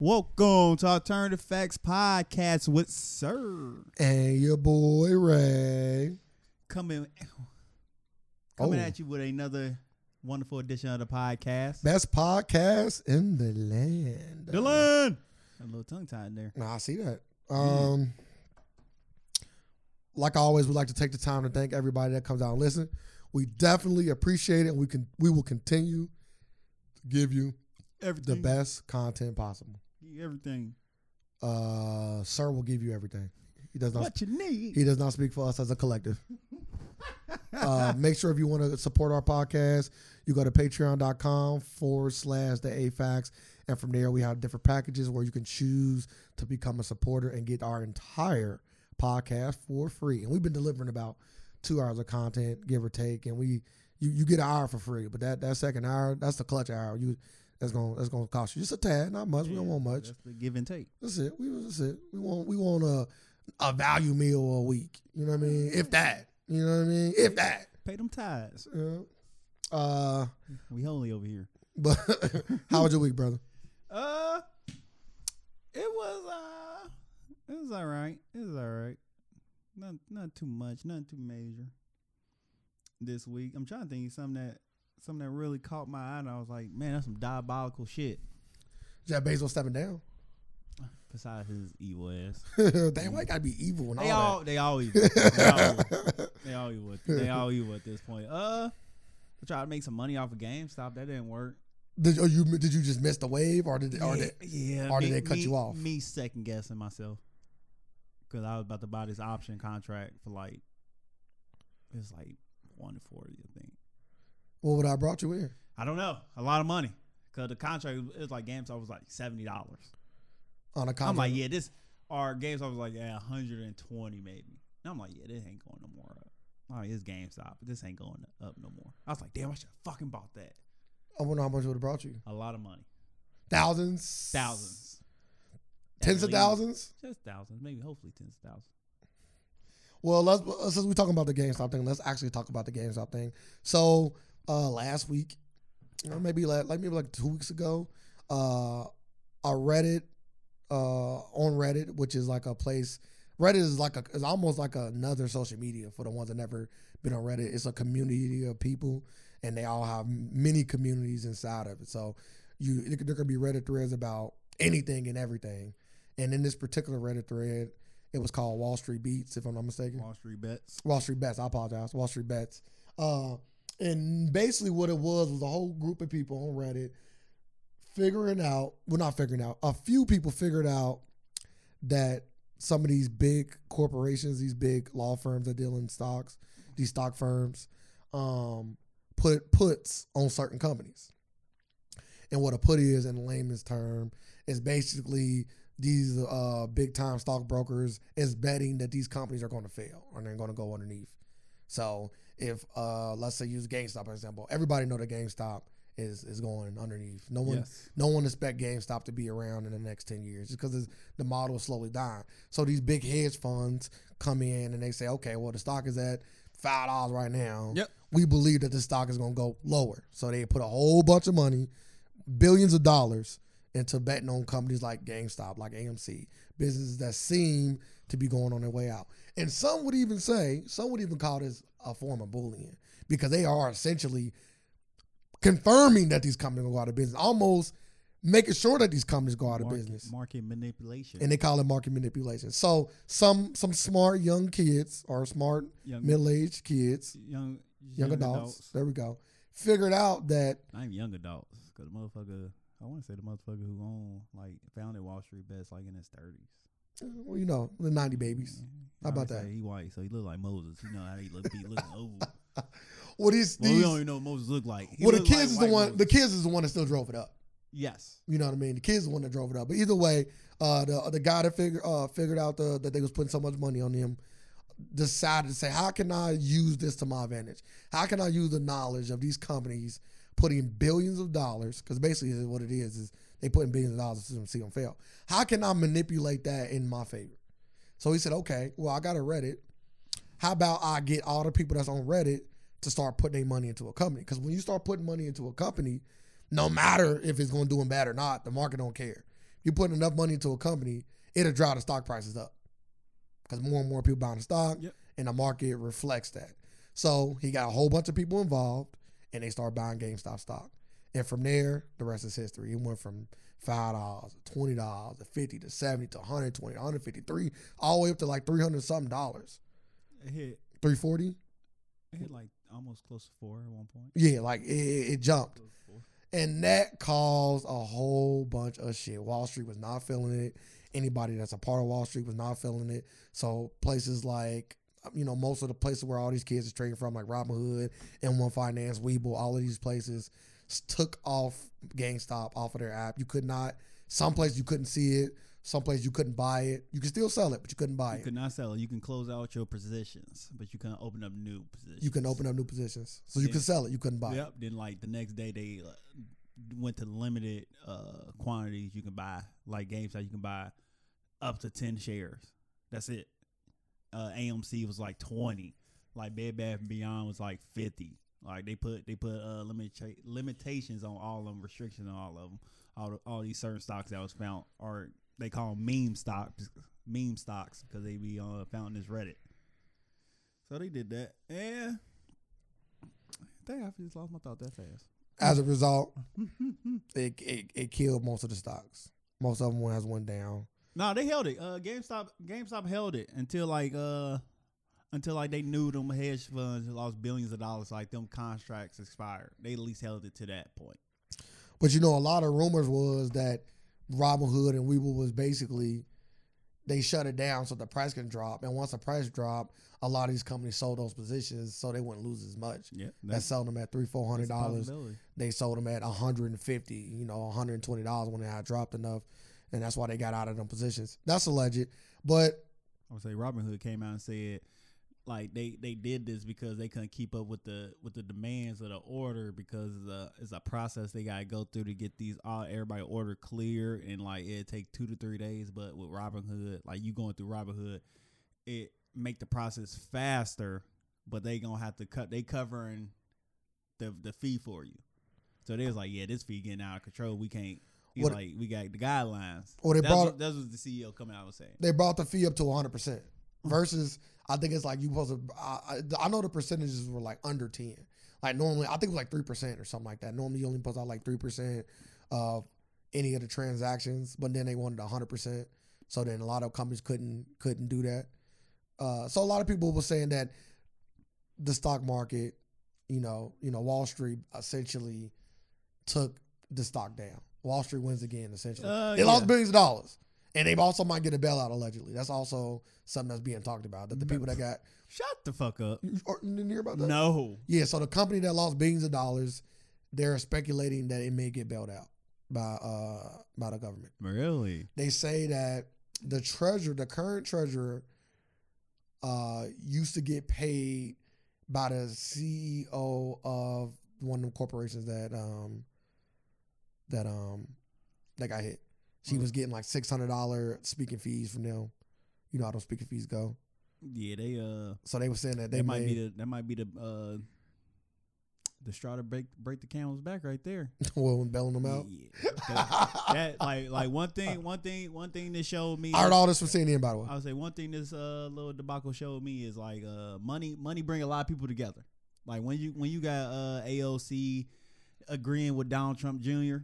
Welcome to Alternative Facts Podcast with Sir. And your boy Ray. Coming, coming Oh. at you with another wonderful edition of the podcast. Best podcast in the land. Dylan! A little tongue tied there. Nah, I see that. Um, Like always, we'd like to take the time to thank everybody that comes out and listen. We definitely appreciate it, and we can we will continue to give you the Everything. best content possible. Everything. Uh, sir will give you everything. He does not What you need. Uh, He does not speak for us as a collective. uh, make sure if you want to support our podcast, you go to patreon.com forward slash the AFAX. And from there, we have different packages where you can choose to become a supporter and get our entire podcast for free. And we've been delivering about two hours of content, give or take. And we, you, you get an hour for free, but that, that second hour, that's the clutch hour. You, that's gonna that's gonna cost you just a tad, not much. we don't Yeah, want much. That's the give and take. That's it. We that's it. We want we want a a value meal a week. You know what I mean? If that. You know what I mean? If that. Pay them ties. You know? Uh, We only over here. but how was your week, brother? Uh, it was uh, it was all right. It was all right. Not not too much. Nothing too major. This week, I'm trying to think of something that something that really caught my eye, and I was like, man, that's some diabolical shit. Jeff Bezos stepping down. Besides his evil ass, Damn, why you gotta be evil and they all, all they always do. they always that? they always would they always would at this point. Uh, I tried to make some money off of GameStop. That didn't work. did, oh, you did you just miss the wave or did or yeah, did yeah, or did they cut me- you off? Me second guessing myself because I was about to buy this option contract for like it's like one forty, I think. what would I have brought you in? I don't know, a lot of money because the contract it was like GameStop was like seventy dollars. On a I'm contract. like, yeah, this our GameStop was like yeah, hundred and twenty maybe. And I'm like, yeah, this ain't going no more up. Oh, it's GameStop. This ain't going up no more. I was like, damn, I should have fucking bought that. I wonder how much it would have brought you. A lot of money, Thousands? thousands, Tens of At least. thousands? just thousands, maybe hopefully tens of thousands. Well, let's uh, since we're talking about the GameStop thing, let's actually talk about the GameStop thing. So uh, last week, or maybe like, like maybe like two weeks ago, uh, a Reddit uh, on Reddit, which is like a place. Reddit is like a is almost like another social media for the ones that never been on Reddit. It's a community of people, and they all have many communities inside of it. So you there could be Reddit threads about anything and everything. And in this particular Reddit thread, it was called Wall Street Beats, if I'm not mistaken. Wall Street bets. Wall Street Bets. I apologize. Wall Street Bets. Uh, and basically, what it was was a whole group of people on Reddit figuring out, well, not figuring out, a few people figured out that some of these big corporations, these big law firms that deal in stocks, these stock firms, um, put puts on certain companies. And what a put is, in layman's term, is basically these uh, big time stockbrokers is betting that these companies are going to fail or they're going to go underneath. So if uh, let's say use GameStop for example, everybody know that GameStop is is going underneath. No one Yes. no one expect GameStop to be around in the next ten years just because the model is slowly dying. So these big hedge funds come in and they say, okay, well the stock is at five dollars right now. Yep. We believe that the stock is going to go lower. So they put a whole bunch of money, billions of dollars into betting on companies like GameStop, like AMC, businesses that seem to be going on their way out. And some would even say, some would even call this a form of bullying because they are essentially confirming that these companies will go out of business, almost making sure that these companies go out of market, business. Market manipulation. And they call it market manipulation. So some some smart young kids or smart young, middle aged kids, young, young, adults, there we go, figured out that Not even young adults, because the motherfucker. I want to say the motherfucker who owned, like, founded Wall Street Bets, like in his thirties. well, you know, the ninety babies. How about that? He white, so he look like Moses. You know how he look? He looking old. Well these, Well, we these don't even know what Moses look like. He well the look kids like is the white one Moses. the kids is the one that still drove it up. yes. You know what I mean? The kids the one that drove it up. But either way, uh, the the guy that figured uh, figured out the, that they was putting so much money on them decided to say, how can I use this to my advantage? How can I use the knowledge of these companies putting billions of dollars? Because basically, what it is is they putting billions of dollars to see them fail. How can I manipulate that in my favor? So he said, okay, well I got a Reddit. How about I get all the people that's on Reddit to start putting their money into a company? Because when you start putting money into a company, no matter if it's going to do them bad or not, the market don't care. You You're putting enough money into a company, it'll drive the stock prices up because more and more people buying the stock, Yep. and the market reflects that. So he got a whole bunch of people involved, and they start buying GameStop stock. And from there, the rest is history. It went from five dollars, twenty dollars, to fifty, to seventy, to 120, 153, all the way up to like three hundred something dollars, It hit, three forty. it hit like almost close to four at one point. Yeah, like it, it it jumped. Close to four. And that caused a whole bunch of shit. Wall Street was not feeling it. Anybody that's a part of Wall Street was not feeling it. So places like you know, most of the places where all these kids is trading from, like Robinhood, M1 Finance, Weeble, all of these places s- took off GameStop off of their app. You could not some places you couldn't see it, some places you couldn't buy it. You could still sell it, but you couldn't buy You it. could not sell it. You can close out your positions, but you can open up new positions. you can open up new positions. So you Yeah. could sell it, you couldn't buy it. Yep. Then like the next day they uh, went to limited uh, quantities you can buy. Like GameStop, you can buy up to ten shares. That's it. Uh, AMC was like twenty. Like Bed Bath and Beyond was like fifty. Like they put they put uh, limit limitations on all of them, restrictions on all of them. All the, all these certain stocks that was found are they call 'em meme stocks, meme stocks because they be uh, found in this Reddit. So they did that, and Dang, I just lost my thought that fast. As a result, it, it it killed most of the stocks. Most of them has went down. no, they held it. Uh, GameStop, GameStop held it until like uh, until like they knew them hedge funds lost billions of dollars. Like them contracts expired. They at least held it to that point. But you know, a lot of rumors was that Robin Hood and Weeble was basically they shut it down so the price can drop. And once the price dropped, a lot of these companies sold those positions so they wouldn't lose as much. Yeah, That sold them at three, four hundred dollars. possibility. They sold them at 150, you know, 120 dollars when it had dropped enough. And that's why they got out of them positions. That's alleged. But I would say Robin Hood came out and said like they they did this because they couldn't keep up with the with the demands of the order because uh, it's a process they gotta go through to get these all everybody order clear and like it take two to three days but with Robin Hood like you going through Robin Hood it make the process faster but they gonna have to cut they covering the the fee for you so they was like yeah this fee getting out of control we can't he's What- like we got the guidelines Well, they that's, brought- what, that's what the CEO coming out and saying they brought the fee up to 100% versus I think it's like you supposed to I, I- I know the percentages were like under 10 like normally I think it was like 3% or something like that normally you only post out like 3% of any of the transactions but then they wanted 100% so then a lot of companies couldn't couldn't do that uh, so a lot of people were saying that the stock market you know you know Wall Street essentially took the stock down Wall Street wins again essentially Uh, they yeah. lost billions of dollars and they also might get a bailout allegedly. That's also something that's being talked about. That the people that got Shut the fuck up. you or- you didn't hear about that. No. Yeah, so the company that lost billions of dollars, they're speculating that it may get bailed out by uh by the government. Really? They say that the treasurer, the current treasurer, uh used to get paid by the CEO of one of the corporations that um that um that got hit. She Mm. was getting like six hundred dollar speaking fees from them. You know how those speaking fees go. Yeah, they uh So they were saying that they they that might made, be the that might be the uh the straw to break break the camel's back right there. well bailing them out. Yeah. That, that- like like one thing one thing one thing that showed me I heard all this from CNN by the way. I would say one thing this uh little debacle showed me is like uh money money bring a lot of people together. Like when you when you got uh AOC agreeing with Donald Trump Jr.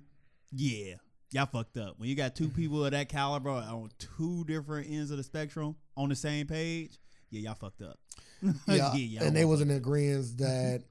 Yeah, y'all fucked up. When you got two people of that caliber on two different ends of the spectrum on the same page, yeah, y'all fucked up. yeah, y'all and they was fucked in agreement that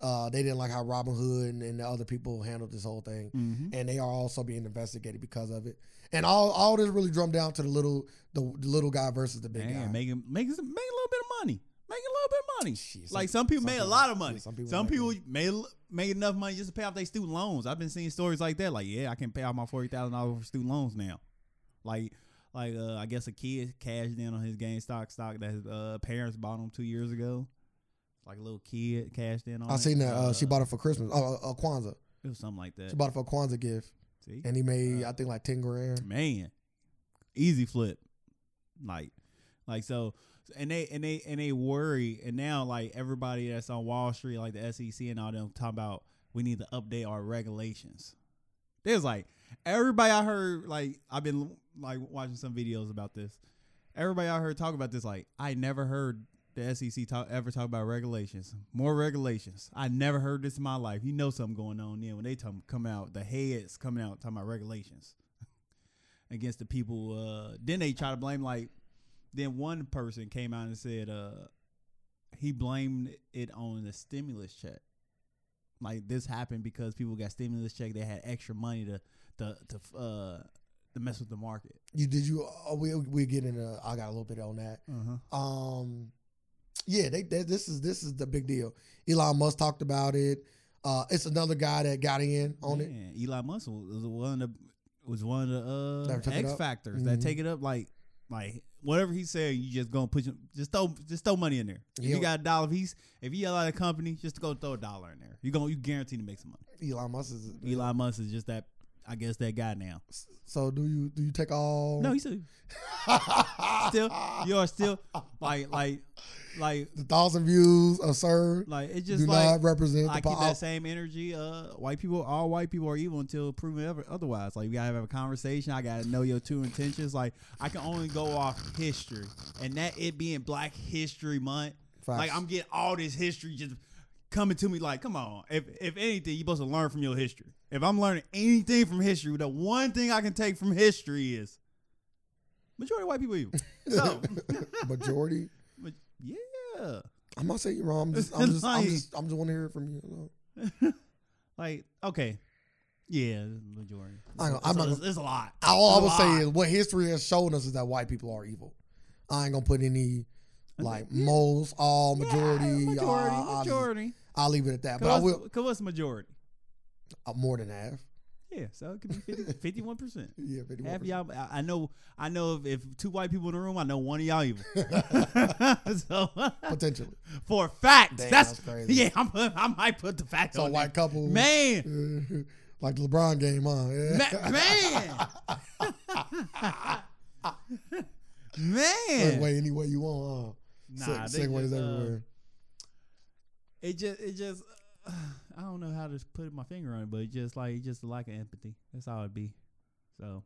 uh, they didn't like how Robin Hood and, and the other people handled this whole thing, up. Mhm. and they are also being investigated because of it. And all all this really drummed down to the little the, the little guy versus the big Damn, guy. making making some, making a little bit of money, making a little bit of money. Shit, like some people some made a people- lot of yeah, money. some some people people, make made made enough money just to pay off their student loans. I've been seeing stories like that. Like, yeah, I can pay off my forty thousand dollars for student loans now. Like, like uh, I guess a kid cashed in on his GameStop stock that his uh, parents bought him two years ago. Like a little kid cashed in on. I it. seen that uh, she Uh, bought it for Christmas, uh, uh, Kwanzaa. it was something like that. She bought it for a Kwanzaa gift, See, and he made Uh, I think like ten grand. man, easy flip, like, like so, and they and they and they worry, and now like everybody that's on Wall E Street, like the SEC and all them, talking about we need to update our regulations. There's like Everybody I heard like I've been like watching some videos about this. Everybody I heard talk about this like I never heard the SEC talk, ever talk about regulations. More regulations. I never heard this in my life. You know something going on then when they talk, come out the heads coming out talking about regulations against the people. Uh, then they try to blame like then one person came out and said uh, he blamed it on the stimulus check. Like this happened because people got stimulus check. They had extra money to to to uh, to mess with the market. You did you? Uh, we we get into. I got a little bit on that. Uh-huh. Um, yeah, they, they this is this is the big deal. Elon Musk talked about it. Uh, it's another guy that got in on it. Man, Eli Musk was one of the was one of the That took uh, it X up? factors that Mhm. take it up. Like like whatever he said, you just gonna put your, just throw just throw money in there. If Yeah. you got a dollar, if he's if he out a company, just go throw a dollar in there. You gonna you guaranteed to make some money. Elon Musk is. Eli Musk is just that. I guess that guy now. So do you do you take all? No, he's still still you are still like like like the thousand views absurd. like it's Do just like not represent I the keep pop. that same energy. Uh, white people, all white people are evil until proven ever, otherwise. Like we gotta have a conversation. I gotta know your true intentions. Like I can only go off history, and that it being Black History Month, Facts. like I'm getting all this history just coming to me. Like, come on. If if anything, you supposed to learn from your history. If I'm learning anything from history, the one thing I can take from history is majority of white people evil. So, majority. but yeah. I'm not saying you're wrong. I'm just I'm just, I'm Like- just I'm just want to hear it from you. Like, okay. Yeah, majority. I know, It's I'm a- not it's, it's a lot. All I It's a would say lot. is what history has shown us is that white people are evil. I ain't gonna put any like most, all, Yeah, majority. majority, uh, I'll, just- majority. I'll leave it at that. Cause But I what's- will Cause what's majority? uh, more than half. Yeah, so it could be 51 percent. Yeah, 51%. Half y'all, I- I know, I know. If, if two white people in the room, I know one of y'all evil. so, potentially. for facts, Damn, that's, that's crazy. Yeah, I'm, I might put the facts So on white couple, there. man, like the LeBron game, huh? ma- Yeah. man, man. Segue any way you want, huh? Nah, Se- they segues just, uh, everywhere. It just, it just, I don't know how to put my finger on it, but it just like, it's just a lack of empathy. That's all it be. So,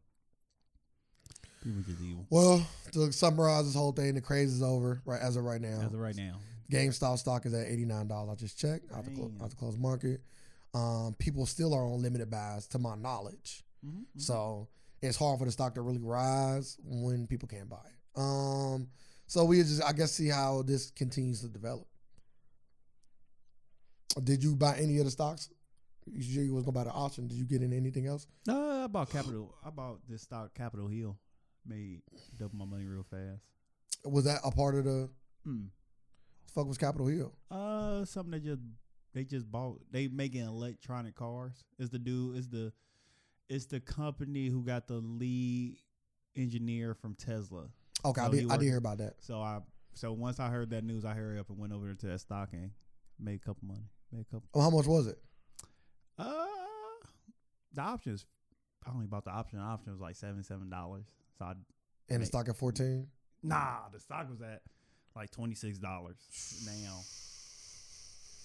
people just evil Well, to summarize this whole thing, the craze is over right as of right now. as of right now. GameStop stock is at eighty nine dollars. I just checked out the, clo- Damn. out the close market. Um, people still are on limited buys, to my knowledge. Mm-hmm. So it's hard for the stock to really rise when people can't buy it. Um, so we just, I guess, see how this continues to develop. Did you buy any of the stocks? You said you was gonna buy the option. Did you get in anything else? No, I bought Capitol. I bought this stock, Capitol Hill. Made double my money real fast. Was that a part of the Hmm. fuck was Capitol Hill? Uh, something that just they just bought. They making electronic cars. It's the dude. It's the it's the company who got the lead engineer from Tesla. Okay, I No, did. you I did weren't. hear about that. So I so once I heard that news, I hurried up and went over to that stock and made a couple money. Made a couple. Oh, how much was it? Uh, the options. I only bought the option. The option was like seven seven dollars. So I And the Mate. stock at fourteen. Nah, the stock was at like twenty six dollars now. It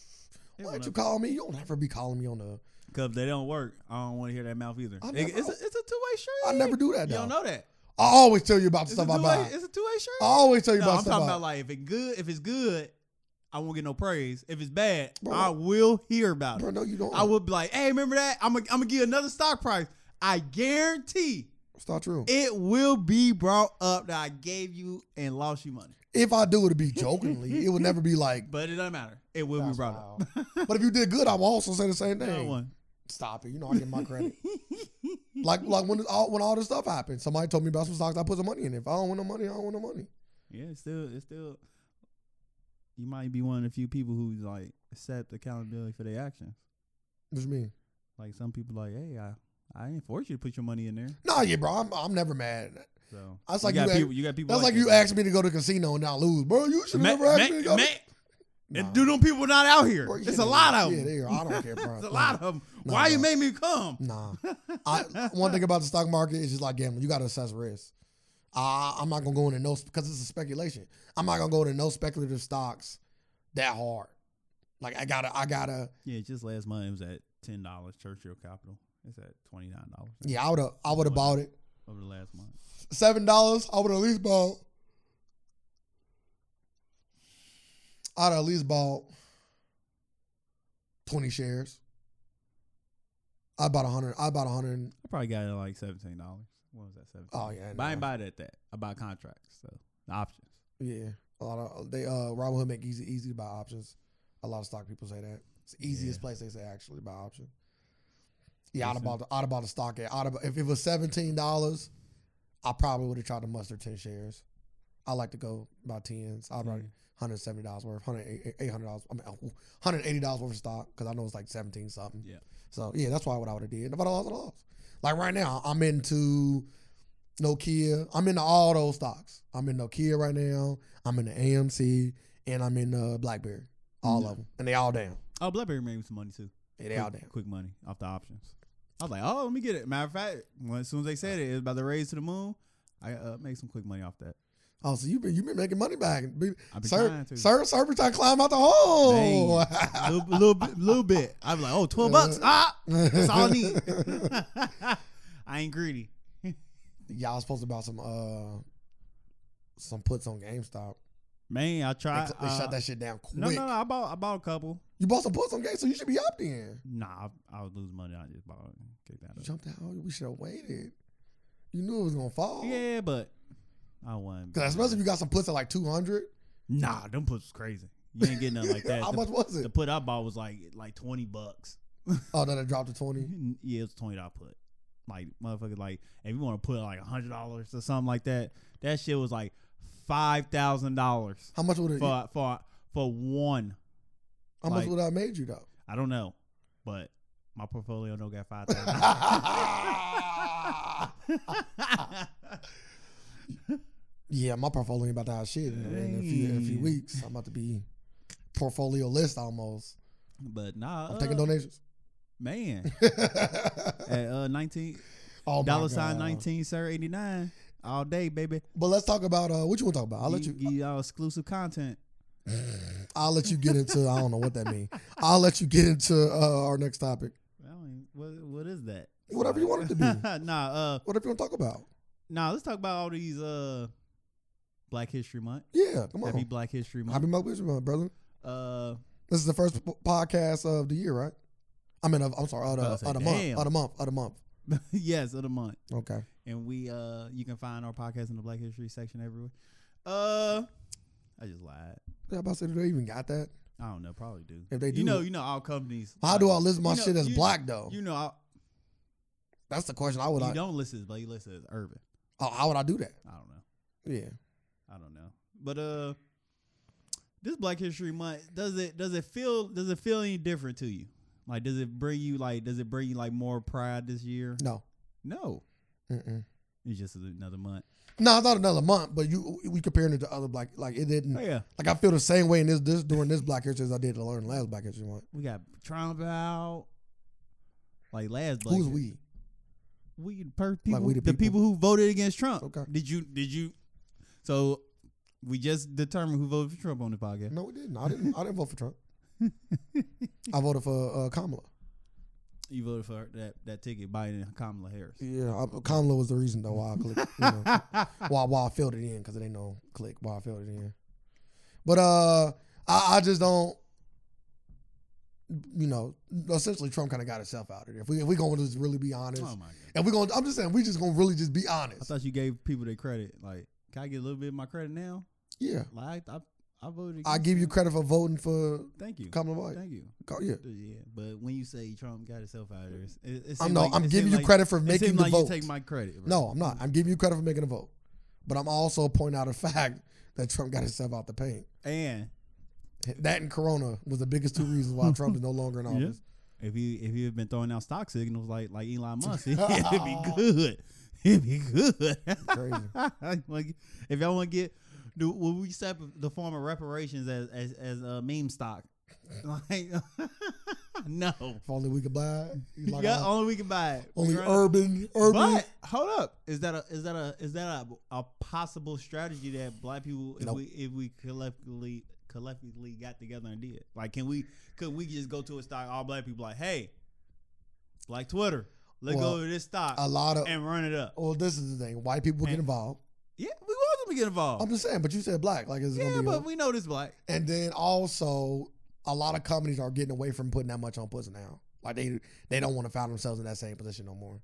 Why went don't you up. call me? You don't ever be calling me on the. Cause they don't work. I don't want to hear that mouth either. I It- never- it's a, it's a two way street. I never do that. You Though. don't know that. I always tell you about the It's a stuff I two buy. way. It's a two way street. I always tell you no, about I'm stuff talking I about like if it good, if it's good, I won't get no praise. If it's bad, Bro. I will hear about Bro, it. no, you don't. I will be like, hey, remember that? I'm gonna I'm gonna give you another stock price. I guarantee It's not true. it will be brought up that I gave you and lost you money. If I do, it'd be jokingly. it would never be like. But it doesn't matter. It will be "That's brought up. wild." but if you did good, I will also say the same That thing. one. Stop it. You know I get my credit. like like when all when all this stuff happened, somebody told me about some stocks. I put some money in. it. If I don't want no money, I don't want no money. Yeah, it's still, it's still. You might be one of the few people who like accept accountability for their actions. What you mean? Like some people, like, hey, I, I didn't force you to put your money in there. Nah, yeah, bro. I'm I'm never mad. So That's like you got you act- people. you got people. That's like that. you asked me to go to casino and not lose, bro. You should Ma- never ask ma- me to go. to- ma- Nah. and do them people not out here? Bro, yeah, it's they- a lot of Yeah, them. they are. I don't care, bro. it's a Nah. lot of them. Nah, Why you bro. made me come? Nah. I, one thing about the stock market is just like gambling. You got to assess risk. Uh, I'm not gonna go into no because it's a speculation. I'm not gonna go into no speculative stocks that hard. Like I gotta, I gotta. Yeah, just last month it was at ten dollars Churchill Capital. It's at twenty nine dollars. Yeah, I would have. I would have bought it. Over the last month. Seven dollars. I would at least bought. I'd at least bought twenty shares. I bought a hundred. I bought a hundred. I probably got it at like seventeen dollars. What was that? Seventeen. Oh yeah. but I ain't no. buy it at that. I buy contracts, so the options. Yeah, a lot of they uh Robinhood make easy easy to buy options. A lot of stock people say that it's the easiest Yeah. place they say actually to buy option. Yeah, I'd have Listen. bought the, I'd have bought the stock at I'd have, if it was seventeen dollars, I probably would have tried to muster ten shaars. I like to go about tens. I'd probably Yeah. hundred seventy dollars worth, hundred eight hundred dollars. I mean, oh, hundred eighty dollars worth of stock because I know it's like seventeen something. Yeah. So yeah, that's why what I would have did. But I lost, I lost. Like right now, I'm into Nokia. I'm into all those stocks. I'm in Nokia right now. I'm in the AMC and I'm in uh, BlackBerry. All Yeah. of them, and they all down. Oh, BlackBerry made me some money too. Yeah, they all quick, down. quick money off the options. I was like, oh, let me get it. Matter of fact, when, as soon as they said it, it was about to raise to the moon. I uh, make some quick money off that. Oh, so you been you been making money back, Be- I've been sir? trying to. Sir, sir, we trying to climb out the hole. a little, little, bit- little bit. I was like, oh, 12 bucks. Ah, that's all I need. I ain't greedy. Y'all was supposed to buy some uh some puts on GameStop. Man, I They, tried. cl- they uh, shot that shit down quick. no, no, no. I bought, I bought a couple. You bought some puts on GameStop, you should be up then. Nah, I, I was losing money. I just bought it. Kicked You out of jumped out. We should have waited. You knew it was gonna fall. it. Yeah, but I won. Cause especially if you got some puts at like two hundred. Nah, them puts was crazy. You ain't getting nothing like that. How The- much was The it? put I bought was like like twenty bucks. Oh, then it dropped to twenty. yeah, it was twenty dollar put. Like motherfucker, like if you want to put like hundred dollars or something like that, that shit was like five thousand dollars How much would it? for for for one. how much like- would I made you though? I don't know, but my portfolio no got five thousand. yeah, my portfolio ain't about to have shit in, in a few in a few Hey. weeks. I'm about to be portfolio list almost. but nah, I'm uh, taking donations. man, oh at uh, nineteen my dollar sign God. nineteen sir eighty nine all day, baby. But let's talk about uh, what you want to talk about. I'll let you. Give y'all exclusive content. I'll let you get into. I don't know what that means. I'll let you get into uh, our next topic. I don't even- what what is that? Whatever you want it to be. nah, uh, Whatever you want to talk about. nah. Let's talk about all these uh, Black History Month. Yeah, come on. Happy Black History Month. Happy Black History Month, brother. uh, This is the first p- podcast of the year, right? I mean, of, I'm sorry, of the, I was of about the to say, month, damn. of the month, of the month. yes, of the month. Okay. And we uh, you can find our podcast in the Black History section everywhere. Uh, I just lied. Yeah, I'm about to say, do they even got that? I don't know. Probably do. If they do- you know, you know, all companies. How do I list my You know, shit as you- black though? You know, all, That's the question. I would. you I, don't list it, but you list it as urban. how, how would I do that? I don't know. Yeah. I don't know. But uh, this Black History Month does it does it feel does it feel any different to you? Like, does it bring you like does it bring you like more pride this year? No. No, Mm-mm. it's just another month. No, I thought another month, but you we comparing it to other black like it didn't Oh yeah, like I feel the same way in this this during this black history as I did to learn last black history month. we got Trump out. Like last Black Who's History- we? We the per- people, we the, the people. people. who voted against Trump. Okay. Did you? Did you? So we just determined who voted for Trump on the podcast. No, we didn't. I didn't. I didn't vote for Trump. I voted for uh, Kamala. You voted for that that ticket, Biden and Kamala Harris. Yeah, I, Kamala was the reason though why I clicked. You know, Oh why why I filled it in because it ain't no click. Why I filled it in. But uh, I, I just don't. You know, essentially Trump kind of got himself out of there. If we if we gonna just really be honest, Oh my god. and we gonna I'm just saying we just gonna really just be I honest. thought you gave people their credit. Like, can I get a little bit of my credit now? Yeah, Like, I, I voted. I against give you him. credit for voting for Thank you. Kamala White. Thank you. Go- Yeah, Yeah, but when you say Trump got himself out of this, it, it I'm seem no, like- I'm it giving seem you like- credit for it making seem the like vote. You take my credit. bro. No, I'm not. I'm giving you credit for making a vote, but I'm also pointing out a fact that Trump got himself out the paint. And That and Corona was the biggest two reasons why Trump is no longer in Yeah. office. if he if he had been throwing out stock signals like like Elon Musk, it'd be good. It'd be good. Crazy. Like, if y'all want to get, do when we set up the form of reparations as as as a meme stock, like no. If only we could buy. it. He's like, yeah, uh, only we can buy it. only We're gonna- urban, urban. But hold up, is that a is that a is that a, a possible strategy that black people if Nope. we if we collectively collectively got together and did like can we could we just go to a stock all black people like hey, like Twitter let Well, Oh. go of this stock A lot of and run it up. well, this is the thing. White people get And- involved. Yeah, we was gonna get involved. I'm just saying, but you said black. Like, is it yeah, gonna be? but we know this black. and then also, a lot of companies are getting away from putting that much on pussy now. Like they they don't want to find themselves in that same position no more.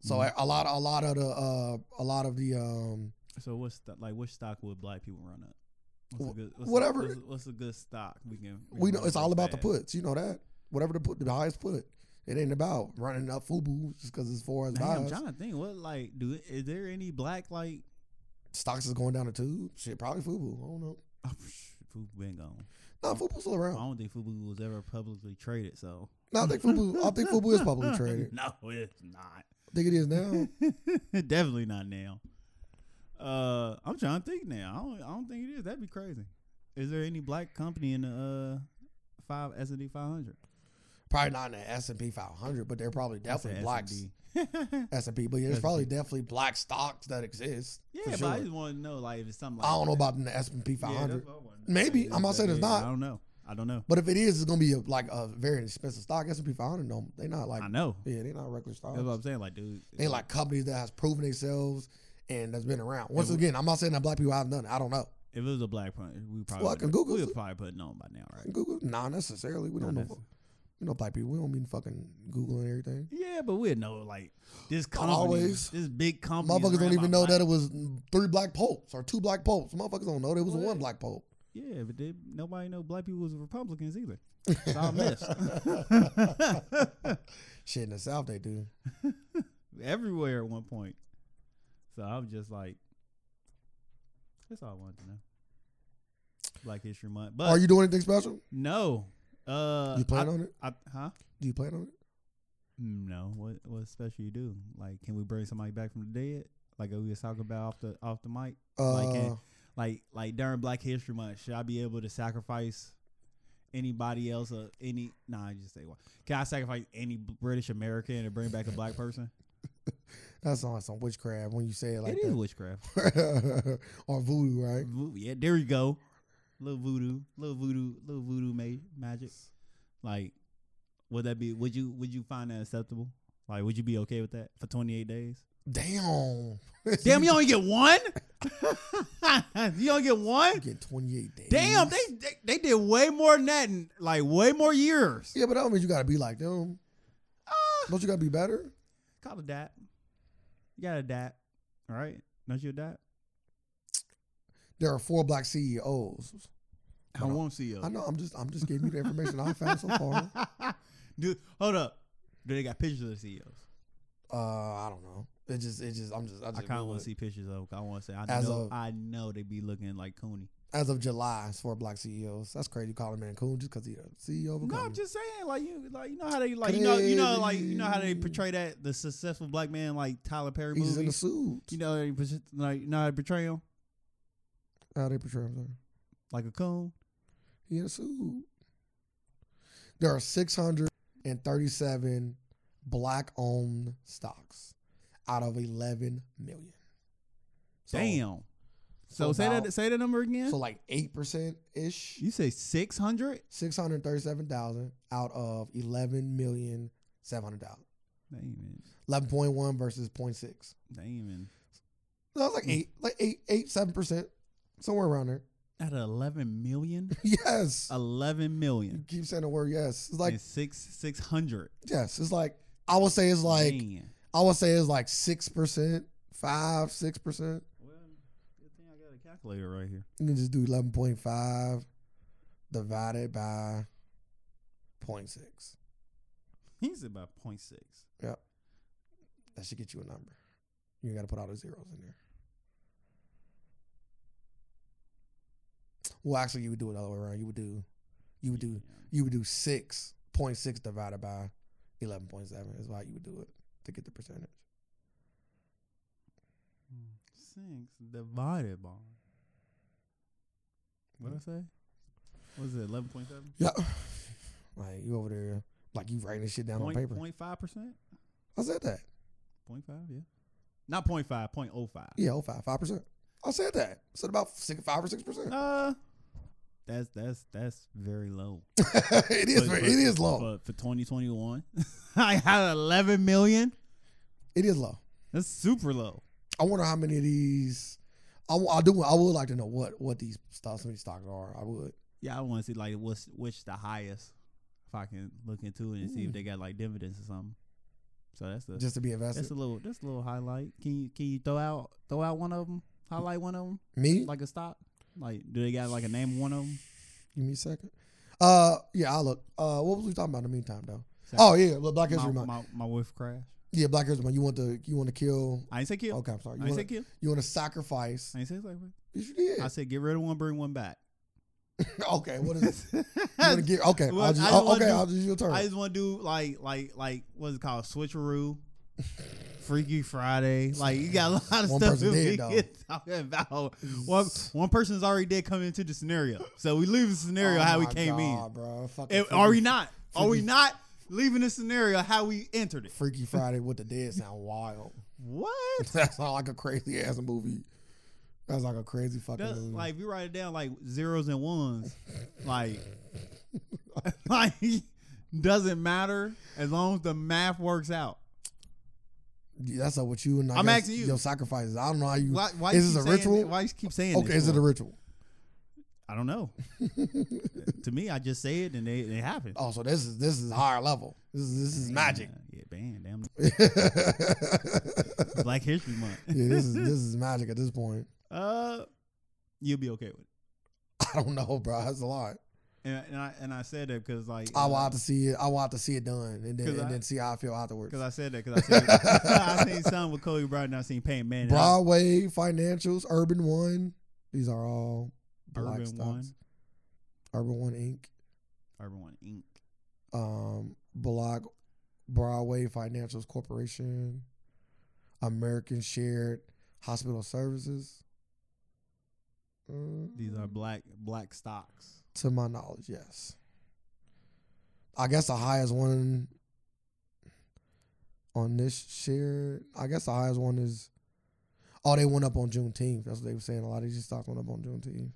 So Mhm. a lot a lot of the uh, a lot of the um, So what's th- like which stock would black people run up? What's Wh- a good, what's whatever. A, what's, what's a good stock we can? we can know run it's up all about the fast? puts. You know that whatever the put the highest put. It ain't about running up FUBU just because it's four as Damn, I'm buys. trying to think. What like do is there any black like? Stocks is going down the tube. Shit, probably FUBU. I don't know. Oh, psh, Fubu been gone. No, FUBU's still I around. don't think Fubu was ever publicly traded. So No, I think FUBU. I think FUBU is publicly traded. No, it's not. I think it is now. Definitely not now. Uh, I'm trying to think now. I don't, I don't think it is. That'd be crazy. Is there any black company in the uh five S and D 500? Probably not in the S and P 500, but they're probably I said definitely blacks. S&D. S and P, but yeah, there's S&P. probably definitely black stocks that exist. yeah, for but sure. I just want to know like if it's something. Like I don't know that. about in the S and P Yeah, 500, that's what I wanna know. Maybe. Like, I'm not is- saying it's yeah, not. I don't know. I don't know. but if it is, it's gonna be a, like a very expensive stock. S and P 500, no, they're not like I know. yeah, they're not regular stocks. That's what I'm saying. Like, dude, They like companies that has proven themselves and that's been around. Once we- again, I'm not saying that black people have done it. I don't know. if it was a black person, we probably Well, I would- can Google we it. would probably put it on by now, right? Google, nah, necessarily. We don't Not know. You know, black people, we don't mean fucking Googling everything. Yeah, but we'd know like this company, Always. this big company. is Motherfuckers ran don't by even know black- that it was three black popes or two black popes. Motherfuckers don't know there was What? one black pope. Yeah, but they, nobody know black people was Republicans either. It's all missed. Shit, in the South they do. Everywhere at one point. So I was just like, that's all I wanted to know. Black History Month, but Are you doing anything special? no, uh, You plan I, on it? I, huh? Do you plan on it? No. What what special you do? Like, can we bring somebody back from the dead? Like we was talking about off the off the mic. Uh, Like, eh, Like like during Black History Month, should I be able to sacrifice anybody else or any? Nah, I just say what? Can I sacrifice any British American and bring back a black person? that's on some witchcraft when you say it like it is that. witchcraft. or voodoo, right? Vo- yeah, there you go. Little voodoo, little voodoo, little voodoo ma- magic. Like, would that be? Would you would you find that acceptable? Like, would you be okay with that for twenty eight days? Damn. Damn, you only get one. you only get one. get 28 days. Damn, they, they they did way more than that, in like way more years. Yeah, but that don't mean you gotta be like them. Don't you gotta be better? Call it that. You gotta adapt, all right? Don't you adapt? There are four black CEOs. I won't see you. I know. I'm just. I'm just giving you the information I found so far. Dude, hold up. Do they got pictures of the E CEOs? Uh, I don't know. It just. It just. I'm just. I, I just kind of Googled want it. to see pictures of. 'em. I want to say I As know. of- I know they be looking like Cooney. As of July, it's four black CEOs. That's crazy. You call him Mancoon just because he's a CEO of a No, company. I'm just saying, like you, like you know how they, like you know, you know, like you know how they Crazy. portray that the successful black man, like Tyler Perry he's movies. just in the suit. You know, they pres- like you know how they portray him How they portray him? sorry. like a coon. He in a suit. There are 637 black-owned stocks out of 11 million. So, Damn. So, so say about- that say that number again. So like eight percent ish. you say six hundred. Six hundred thirty-seven thousand out of eleven million seven hundred thousand. Damn Eleven point one versus 0.6. it. Damn So that's like Hmm. eight, like eight, eight, seven percent, somewhere around there. it. Out of eleven million. Uh, Yes. Eleven You million. keep saying the word yes. It's like and six six hundred. yes. It's like I would say it's like Man. I would say it's like six percent, five, six percent. Well, good thing I got a calculator right here. You can just do eleven point five divided by 0.6. He said about point six. That should get you a number. You got to put all the zeros in there. Well, actually, you would do it the other way around. You would do, you would do, you would do six point six divided by eleven point seven is why you would do it to get the percentage. Six divided by. What I say? What is it? Eleven point seven. Yeah, like you over there, like you writing this shit down on paper. Point five percent. I said that. Point five. Yeah. Not point five. Point oh five. Yeah, oh five five percent. I said that. I said about six, five or six percent. Uh, That's that's that's very low. it is. But- it but- is low. But for 2021, I had 11 million. It is low. That's super low. I wonder how many of these. I, w- I do. I would like to know what what these stocks, some of these stocks are. I would. Yeah, I want to see like what's which the highest. If I can look into it and see Mm. if they got like dividends or something. So that's the just to be that's invested. a little that's a little highlight. Can you can you throw out throw out one of them? Highlight one of them me? like a stock. Like do they got like a name of one of them? Give me a second. Uh, yeah, I'll look. Uh, what was we talking about in the meantime, though? Sorry. Oh yeah, look, Black my, History Month. my, my wife crashed. Yeah, Black History Month. You want to you want to kill? I ain't say kill. Okay, I'm sorry. I Oh, You ain't want say to, kill. you want to sacrifice? I ain't say sacrifice. Yes, you did. I said get rid of one, bring one back. okay, what is? it? You want to I get? Okay, Well, I'll I just, just oh, wanna okay, do- I'll just use your turn. just want to do like like like what's it called? Switcheroo, Freaky Friday. Like you got a lot of One stuff person that we dead, though. can talk about. One one person's already dead coming into the scenario, so we leave the scenario Oh how we my came God, bro. in. Fucking It- freaky, are we not? Are we freaky- not leaving the scenario how we entered it? Freaky Friday with the dead sound wild. What? That sounds like a crazy ass movie. That's like a crazy fucking That- movie. like if you write it down like zeros and ones, like like doesn't matter as long as the math works out. Yeah, that's not what you and I I'm guess asking you. Your sacrifices. I don't know how you. Why, why Is you keep this a saying- ritual? Why you keep saying? okay, this is it a for? ritual? I don't know. to me, I just say it and they they happen. Oh, so this is this is higher level. This is this is magic. Yeah, man, damn yeah, Black History Month. this is this is magic at this point. uh, you'll be okay with it. I don't know, bro. That's a lot. And, and I and I said that because like Oh, uh, I will have to see it. I will have to see it done, and then 'Cause and I- then see how I feel afterwards. because I said that because I seen I seen something with Kobe Bryant. and I seen Peyton Manning. I- Broadway financials, Urban One. These are all black Urban stocks. One, Urban One Inc. Urban One Inc. um, Block, Broadway Financials Corporation, American Shared Hospital Services. Mm, These are black black stocks. to my knowledge, yes. I guess the highest one on this share, I guess the highest one is. Oh, they went up on Juneteenth. That's what they were saying. A lot of these stocks went up on Juneteenth.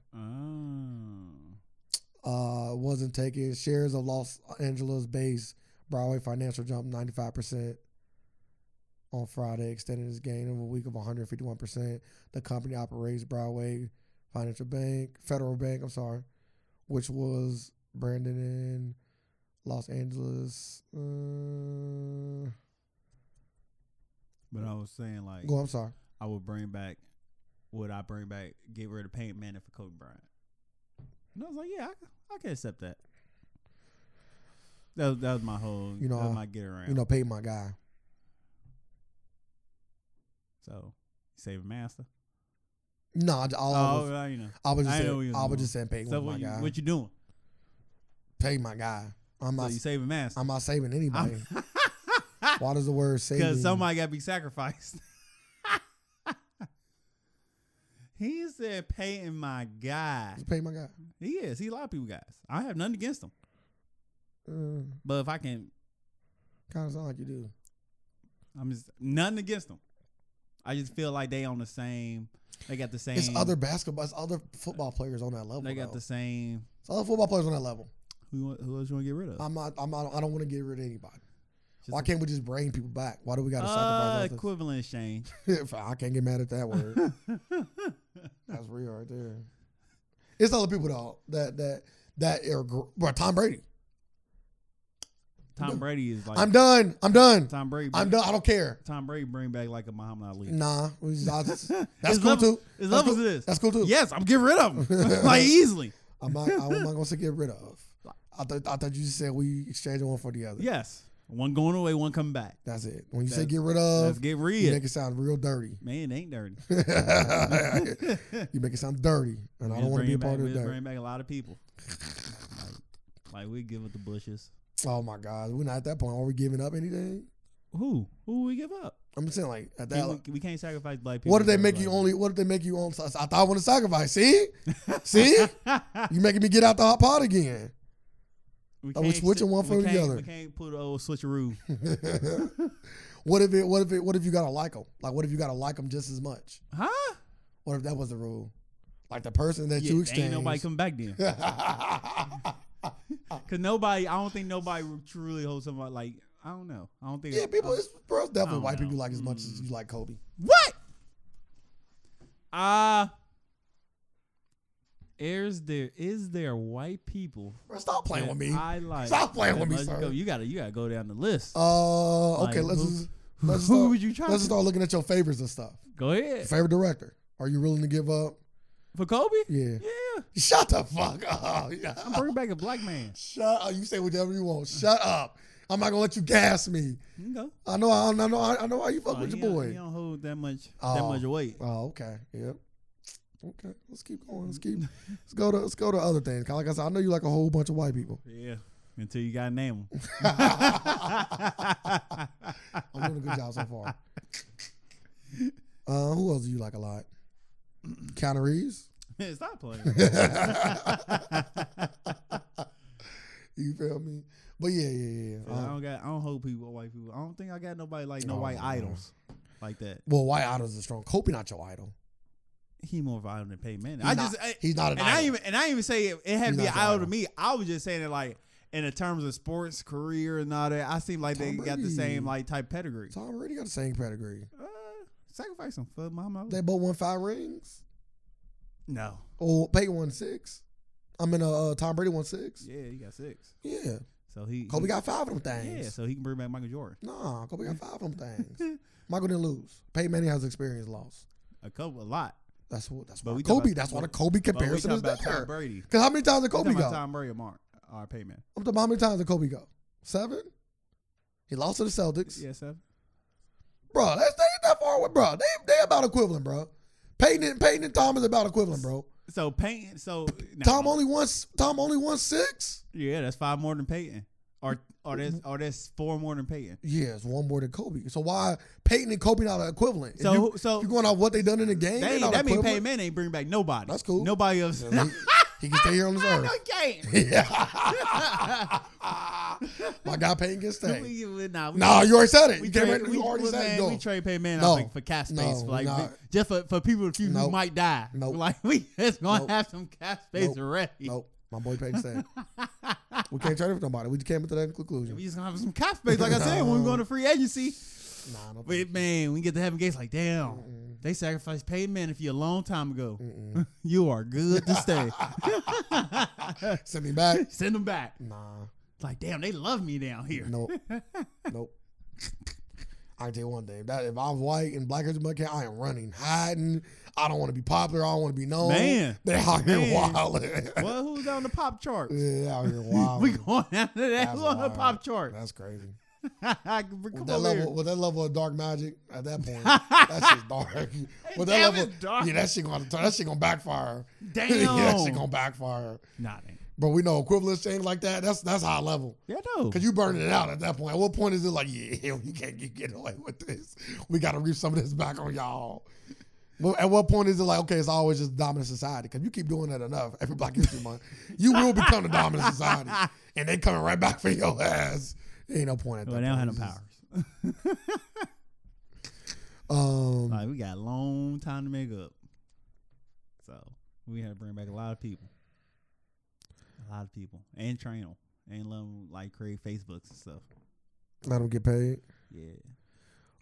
Oh, Uh, wasn't taken. Shares of Los Angeles based Broadway Financial jumped 95% on Friday, extending its gain of a week of 151%. The company operates Broadway Financial Bank, Federal Bank, I'm sorry, which was branded in Los Angeles. Uh, but I was saying like go, I'm sorry. I would bring back. Would I bring back? Get rid of Peyton Manning for Kobe Bryant? And I was like, yeah, I, c- I can accept that. That was, that was my whole, You you know, that know, uh, was my get around. You know, pay my guy. so saving master. No, I, all I, Oh, was, well, you know. I was just I know what saying, you was I was doing. just saying, pay So oh my what you, guy. what you doing? pay my guy. I'm So not. you saving master? I'm not saving anybody. Why does the word saving? Because somebody got to be sacrificed. he said, Peyton, my guy. Just pay my guy. He is. He a lot of people guys. I have nothing against him, Uh, but if I can kind of sound like you do. I'm just nothing against them. I just feel like they on the same. They got the same. It's other basketball. It's other football players on that level. They got though. the same. It's other football players on that level. Who you want- who else you want to get rid of? I'm not. I'm not. I don't want to get rid of anybody. Just Why a- can't we just bring people back? Why do we got to uh, sacrifice? others? equivalent exchange. I can't get mad at that word. That's real right there. It's other people though that that that are. gr- Bro, Tom Brady. Oh, Tom Brady is like I'm done. I'm done. Tom Brady. I'm done. I don't care. Tom Brady bring back like a Muhammad Ali. Nah, we just- I just- that's It's cool level- too. It's That's levels cool. to this. That's cool too. Yes, I'm getting rid of him like easily. I'm not. I'm not gonna say get rid of. I thought. I thought you just said we exchange one for the other. Yes, one going away, one coming back. That's it. When you say That's- get rid Let's of, get you rid. make it sound real dirty. Man, it ain't dirty. you make it sound dirty, and I We'll don't want to be a bring part back, of the we'll dirt. Bring back a lot of people. like, like we give up the bushes. Oh my God, we're not at that point. Are we giving up anything? Who? Who we give up? I'm just saying, like at Can't- that. we, we can't sacrifice black people. what did they for make black you only? What did they make you on? I thought I want to sacrifice. See, see, you making me get out the hot pot again. We Are we can't switching sit- one for we the can't- other? We can't put old switcheroo. what if it? What if it? What if you gotta like them? Like, what if you gotta like them just as much? huh? What if that was the rule? like the person that Yeah, you ain't exchange. nobody come back then. Cause nobody, I don't think nobody truly holds somebody like I don't know. I don't think. Uh, yeah, people. It's, bro, it's I definitely don't white know. Mm. people you like as much as you like Kobe. what? Uh is there is there white people? Bro, stop playing that with me. I like. Stop playing with me, Let's sir. Go. You gotta you gotta go down the list. Uh, okay, Like, let's who- just, let's Who start- would you try? let's to- start looking at your favorites and stuff. Go ahead Favorite director? Are you willing to give up? for Kobe. Yeah. Yeah, Shut the fuck up. Yeah. I'm bringing back a black man. Shut up. You say whatever you want. Shut up. I'm not gonna let you gas me. You can go. I know. I know. I know, I know why you fuck Oh, with he your don't- He boy. don't hold that much that Oh. much weight. Oh, okay. Yep. Okay. Let's keep going. Let's keep. Let's go to. Let's go to other things. 'Cause Like I said, I know you like a whole bunch of white people. Yeah, until you gotta name him. I'm doing a good job so far. Uh, who else do you like a lot? Keanu Reeves. Stop playing. You feel me? But yeah, yeah, yeah. I Um, don't got. I don't hold people white people. I don't think I got nobody like no Oh, white man. idols like that. well, white idols are strong. Kobe not your idol. He more of an idol than Peyton Manning. He's I not- just I, he's not an and idol. I even and I even say it, it had to He's be an not your idol to idol. me. I was just saying it like in the terms of sports career and all that. I seem like they Tom got the Brady. same like type pedigree. Tom Brady got the same pedigree. Uh, sacrifice him for mama. They both won five rings. no. Oh, Peyton won six. I mean, uh, uh, Tom Brady won six. Yeah, he got six. Yeah. So he Kobe he- got five of them Yeah, things. so he can bring back Michael Jordan. Nah, Kobe got five of them things. Michael didn't lose. Peyton Manning has experienced loss. A couple, a lot. That's what. That's But why we talking Kobe. about- that's why the but- Kobe But we comparison talking is about Tom there. Brady. Because how many times did We Kobe talking go? about Tom Brady or Mark or Peyton Manning. I'm talking about how many times did Kobe go? Seven. He lost to the Celtics. Yes, sir. Bro, that's they ain't that far away, bro. They they about equivalent, bro. Peyton and Peyton and Tom is about equivalent, bro. So Peyton. So nah. Tom only won s- Tom only won six. Yeah, that's five more than Peyton. Or or that's Mm-hmm. or that's four more than Peyton. Yeah, it's one more than Kobe. So why Peyton and Kobe not equivalent? If So you- who- so if you're going off what they done in the game. they They ain't- not that mean equivalent. Peyton Manning ain't bring back nobody. That's cool. Nobody else. he, he can stay here on this no, earth. he can't. My guy Peyton can stay. We- we- nah, we- Nah, you already said it. we You, came trade- in, we- you already well, said it. man, Go. we trade Peyton Manning No. I think, for cap No, space, for like nah. vi- just for, for people who Nope. who might die. Nope. Like we just gonna Nope. have some cap space Nope. ready. Nope. My boy Peyton stayed. we can't trade it for nobody. We came to that conclusion. We just gonna have some cap space, like I said, when we go to free agency. Nah, no. But man, we get to Heaven Gates, like damn, they sacrificed Peyton Manning for you a long time ago. you are good to stay. Send me back. Send them back. Nah. Like damn, they love me down here. Nope. nope. I can tell you one thing. That if I'm white and black as a mud cat, I am running, hiding. I don't want to be popular. I don't want to be known. Man. they out here Man. wild. Well, who's on the pop chart? yeah, out here wild. We going after that. Who's on the wild. pop chart? That's crazy. Come With over that here. level, with that level of dark magic at that point, that shit's dark. Damn, With that level, it's dark. yeah, that shit gonna that shit gonna backfire. Damn. yeah, that shit gonna backfire. Nah, it ain't. But we know equivalence change like that. That's that's high level. Yeah, no. Cause you burning it out at that point. At what point is it like, yeah, we can't get, get away with this. We got to reap some of this back on y'all. Well, at what point is it like, okay, it's always just dominant society? Cause you keep doing that enough every Black History Month, you will become the dominant society, and they coming right back for your ass. There ain't no point at that. Well, they don't have no point. powers. Um, Like we got a long time to make up. So we had to bring back a lot of people, a lot of people, and train them, and let them like create Facebooks and stuff. I don't get paid. Yeah.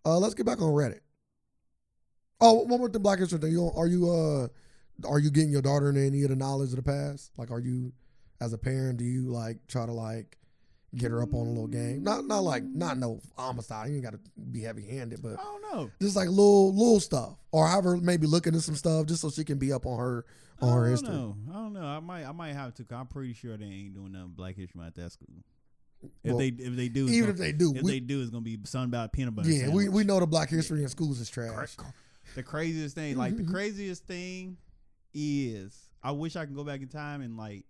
Uh, let's get back on Reddit. Oh, one more thing, Black History thing. You on- are you uh, are you getting your daughter into any of the knowledge of the past? Like, are you, as a parent, do you like try to like get her up on a little game? Not not like not no homicide. You ain't got to be heavy handed, but I don't know. just like little little stuff, or have her maybe look into some stuff just so she can be up on her on I her don't history. know. I don't know. I might. I might have to. 'cause I'm pretty sure they ain't doing nothing Black History Month at that school. If Well, they if they do, it's Even gonna- if they do, if we, they do, it's gonna be something about peanut butter. yeah, we, sandwich. we know the Black History in schools is trash. Cra- the craziest thing, like the craziest thing is I wish I could go back in time and like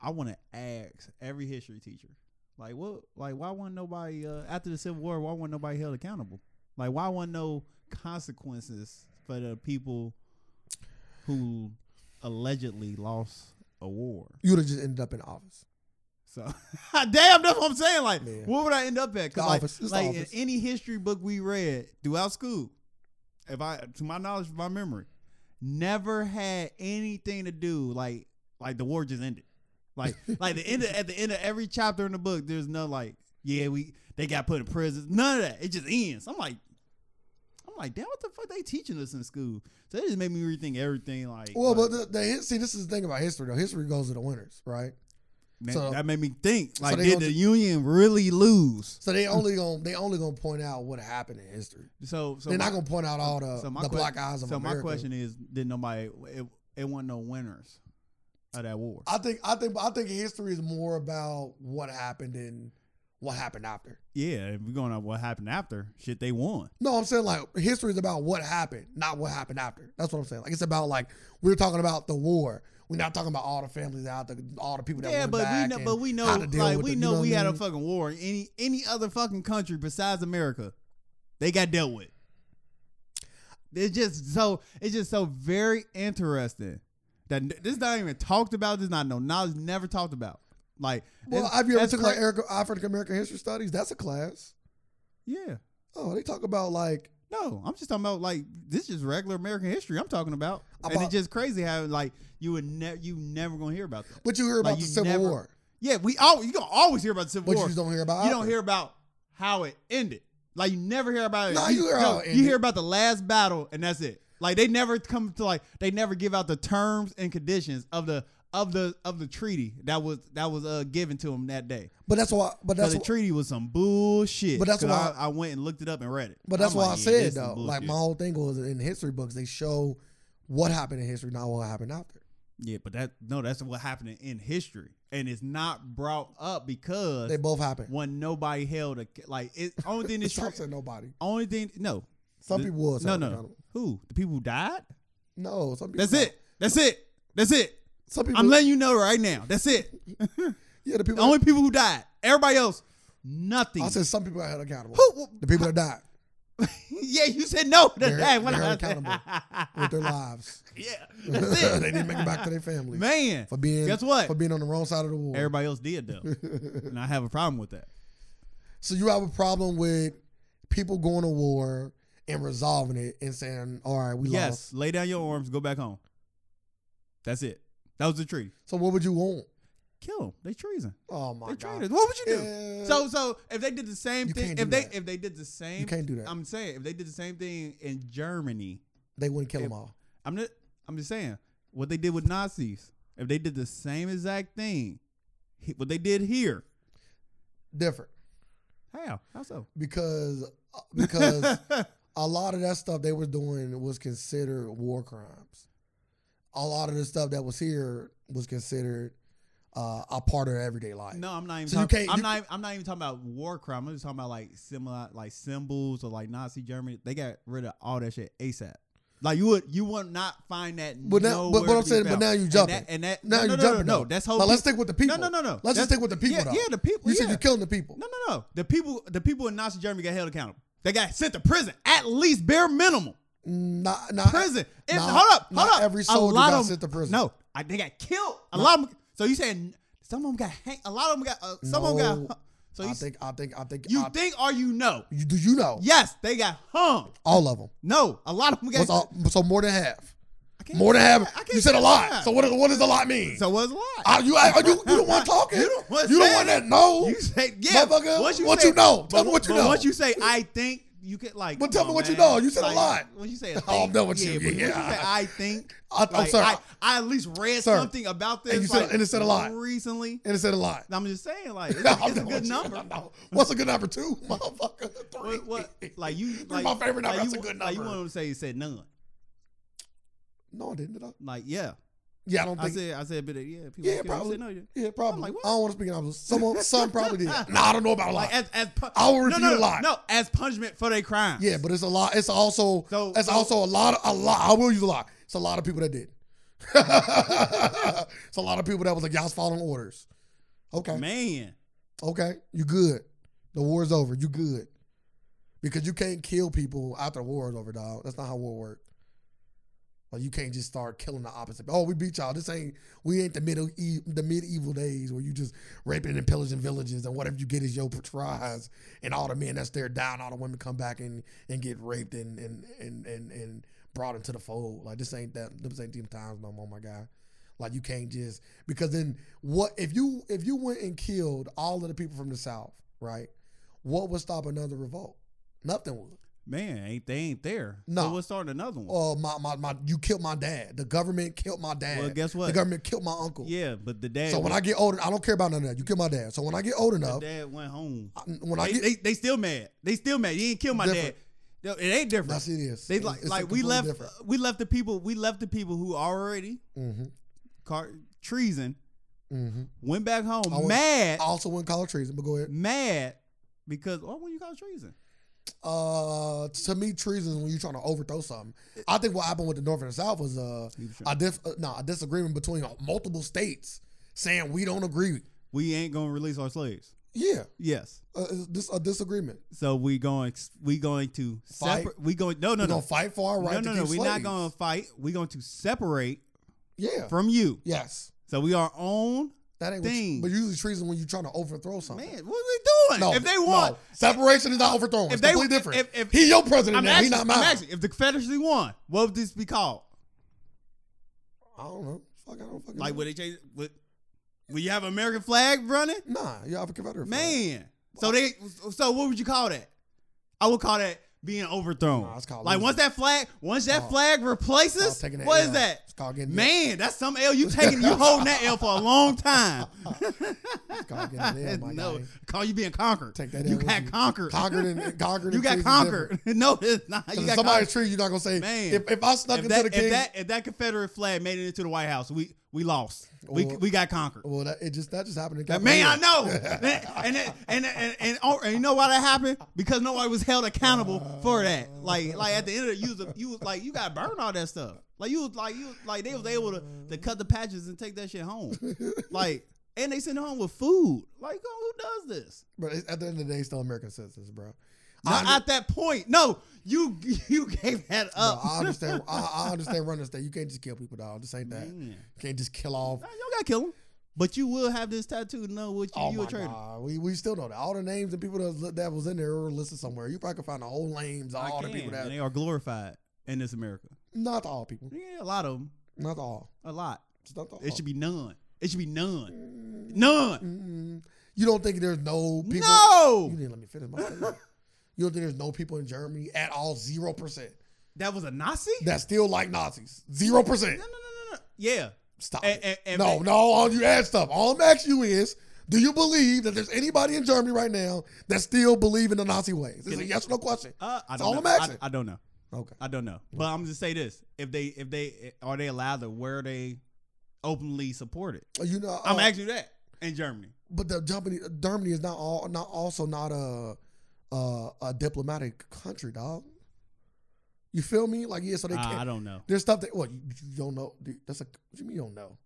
I wanna ask every history teacher. Like what like why wasn't nobody uh, after the Civil War, why wasn't nobody held accountable? Like why wasn't no consequences for the people who allegedly lost a war? You would have just ended up in office. So damn, that's what I'm saying. Like, Yeah. what would I end up at? The 'Cause, like, office. It's the like office. in any history book we read throughout school, if I, to my knowledge, my memory, never had anything to do like like the war just ended. Like like the end of, at the end of every chapter in the book, there's no like yeah we they got put in prison. None of that. It just ends. I'm like. I'm like, damn, what the fuck they teaching us in school? So that just made me rethink everything. Like, Well, like, but the, the his- see, this is the thing about history though. History goes to the winners, right? man, so- that made me think. Like, they did gonna the do- union really lose? So they only gonna they only gonna point out what happened in history. So, so They're my- not gonna point out all the, so my the que- black eyes of So America. my question is, did nobody? It, it wasn't no winners of that war. I think I think I think history is more about what happened and what happened after. yeah, if we're going on what happened after, shit, they won. No, I'm saying like history is about what happened, not what happened after. That's what I'm saying. Like it's about like we're talking about the war. We're not talking about all the families out, the, all the people that Yeah, went but we back know, and but we know, how to deal like with we it, you know, what we I had a mean? fucking war. Any any other fucking country besides America, they got dealt with. It's just so it's just so very interesting that n- this not even talked about. This not no knowledge never talked about. Like, Well, it's- have you ever that's took cra- like Eric- African American history studies? That's a class. yeah. Oh, they talk about like No, I'm just talking about like this is regular American history. I'm talking about, and About- it's just crazy how like you would never you never gonna hear about that. But you hear about Like, the you Civil never- War, Yeah, we all you gonna always hear about the Civil but you War. just You don't hear about. don't after. hear about how it ended. Like you never hear about it. Nah, you hear how it you ended. hear about the last battle, and that's it. Like they never come to like they never give out the terms and conditions of the of the of the treaty that was that was uh given to them that day. But that's why. But Because that's the wh- treaty was some bullshit. But that's 'Cause why- I, I went and looked it up and read it. but that's I'm why I like, yeah, said this is though. Like bullshit. my whole thing was in history books they show what happened in history, not what happened after. Yeah, but that no, that's what happened in history, and it's not brought up because They both happened. when nobody held a like it. Only thing that's true. Trump said nobody. Only thing no, Some The- people will. no, say no. no. Who the people who died? No, some people. That's it. That's it. That's it. Some people. I'm letting you know right now. That's it. yeah, the The people. only people who died. Everybody else, nothing. I said some people are held accountable. who? The people that died yeah, you said no. to They're- that when they're I- accountable with their lives. yeah, that's it. they didn't make it back to their families Man, for being guess what? for being on the wrong side of the war. Everybody else did though, and I have a problem with that. So you have a problem with people going to war and resolving it and saying, "All right, we lost." Yes, lay down your arms, go back home. That's it. That was the treaty. So what would you want? Kill them. They treason. Oh my they god, traitors. What would you do? Yeah. So so if they did the same Uh, You thing, can't if do they that. if they did the same, you can't do that. I'm saying if they did the same thing in Germany, they wouldn't kill if- them all. I'm not. I'm just saying what they did with Nazis. If they did the same exact thing, he- what they did here. Different How? How so? because uh, because a lot of that stuff they were doing was considered war crimes. A lot of the stuff that was here was considered uh, a part of everyday life. No, I'm not even. So you talking, can't- I'm you not. even- I'm not even talking about war crime. I'm just talking about like similar, like symbols or like Nazi Germany. They got rid of all that shit ASAP. Like you would, you would not find that. But now- but- but nowhere I'm to be saying, but found. now you And jumping. that- And that, Now no, you no, no, jumping No, no, though. that's whole. Now let's stick with the people. No, no, no, no. Let's just That's- stick with the people. Yeah, though. yeah, the people. You said yeah. you're killing the people. No, no, no. The people, the people in Nazi Germany got held accountable. They got sent to prison at least bare minimum. Not, not Prison. If- Not- hold up, not hold up. every A soldier lot got of 'em- sent to prison. No, I, they got killed. A lot of them. So you saying some of them got hang, A lot of them got. Uh, some of them No. got. So I you think I think I think you I, think or you know? you- do you know Yes, they got hung. all of them? No, a lot of them got. What's all, so more than half? I can't- More than I half. can't You said say a lot. that. So what? does- What does a lot mean? so what's a lot? Are you, are you, you don't want talking. You don't want you don't saying want it. that. No. You say yeah. Motherfucker, once what say- you know? Tell but- me what you but know. Once you say I think, you get like. But tell come me on, what you man. know. You said a Like, lot. When you say I a don't thing, know what you- yeah, but When yeah. you say I think, I- I'm like, sorry. I, I at least read Sir. something about this. And you said- like, and it said a lot. recently. and it said a lot. I'm just saying, like it's, I a- don't it's a know good what you- number. no. What's a good number? Two, motherfucker. Three. What, what like you Three like my favorite number. Like you, That's a good Like you number. want to say you said none. No, I didn't. Did I? Like yeah, Yeah, I don't I think. said I said, but uh, yeah, people don't Yeah, care. You probably. said no, yeah. yeah, probably. like, what? I don't want to speak in absolutes. Some, some probably did. Nah, I don't know about a lot. Like as as pu- I will no, refute no, a no, lot. No, as punishment for their crimes. Yeah, but it's a lot. It's also So- it's so- also a lot. Of, a lot. I will use a lot. It's a lot of people that did. it's a lot of people that was like, y'all's following orders. Okay, man. okay, you good. The war's over. You good because you can't kill people after the war is over, dog. That's not how war works. Like you can't just start killing the opposite. Oh, we beat y'all. This ain't we ain't the middle e- the medieval days where you just raping and pillaging villages and whatever you get is your prize and all the men that's there down, all the women come back and and get raped and and and and, and brought into the fold. Like this ain't that this ain't them times no more, my guy. Like you can't just because then what if you if you went and killed all of the people from the South, right? What would stop another revolt? Nothing would. Man, ain't they ain't there? No. so we'll start another one. Oh my, my my you killed my dad. The government killed my dad. well, guess The what? government killed my uncle. Yeah, but the dad. So when I get older, I don't care about none of that. You killed my dad. So when I get old the enough, dad went home. I- when I They, get they they still mad. They still mad. You ain't kill my Different. dad. No, It ain't different. that's it is. They like like we left uh, we left the people we left the people who already Mm-hmm, car, treason mm-hmm. went back home I was- mad I also wouldn't call it treason, but go ahead. mad because oh when you call it treason Uh, to me, treason is when you're trying to overthrow something. I think what happened with the North and the South was uh, He was a trying- dif- uh, no, a disagreement between uh, multiple states saying we don't agree. we ain't gonna release our slaves Yeah, yes uh, it's this a disagreement. so we going we going to Fight. separate we going no no We're no gonna fight for our right no to no keep no we're not slaves. gonna fight we're going to separate Yeah. from you yes. so we are own That ain't what Thing. you, but usually treason when you're trying to overthrow something. man what are they doing No, if they no. want separation is not overthrowing. if It's they- completely if- different. if- if- he your president I'm now. he asking, not I'm mine. asking, if the Confederacy won what would this be called I don't know. Fuck, I don't fucking like know. would they change would would you have an American flag running Nah, you have a Confederate. flag. Man. So they so what would you call that? I would call that being overthrown. Nah, it's called like losing. once that flag, once that Oh. flag It's replaces, called taking what L. is that? It's called getting Man, that's some L you taking. You holding that L for a long time. It's called getting L, Oh, my no, guy. call you being conquered. Take that you L with got you. conquered. Conquered and conquered. You and got treason conquered. different. no, it's not. 'Cause You if got somebody conquered. treat you, you're not gonna say. Man. If, if I snuck If into that, the if king, that if that Confederate flag made it into the White House, we we lost. We Well- we got conquered. well, that, it just that just happened. In That Capitol man, I Hill. know. and, and, and, and, and, oh, and you know why that happened? Because nobody was held accountable for that. Like, like at the end of the you was, you was like, you got burned all that stuff. Like you was like you was- like they was able to, to cut the patches and take that shit home. Like, and they sent it home with food. Like, who who does this? But it's- at the end of the day, it's still American citizens, bro. Not I, at that point. No, you you gave that bro, up. I understand. I, I understand running the state. You can't just kill people, dog. This ain't that. You Man. can't just kill off. Nah, you don't gotta kill him. But you will have this tattoo to know what you, Oh you a my traitor. god, we, we still know that all the names and people that, that was in there are listed somewhere. You probably could find the whole names, I all the can, people that and they are glorified in this America. not all people, Yeah, a lot of them. not all, A lot. It's not all. It should be none. It should be none. None. Mm, you don't think there's no people? You No. didn't let me finish my statement. You don't think there's no people in Germany at all? Zero percent. That was a Nazi? That's still like Nazis. Zero percent. no, no, no, no, no. Yeah. Stop. And- it. and- and- no, and- no. All you add stuff. All I'm asking you is, do you believe that there's anybody in Germany right now that still believe in the Nazi ways? It's Can a it- yes or no question. Uh, I That's don't all know. I'm asking. I, I don't know. Okay. I don't know. But I'm just say this: if they, if they, are they allowed to wear they openly support it? You know, I'm uh, asking you that in Germany. But the Germany, uh, Germany is not all not also not a a, a diplomatic country, dog. You feel me? Like yeah, so they Uh, can't. I don't know. there's stuff that well you, you don't know. dude, That's a what you mean you don't know.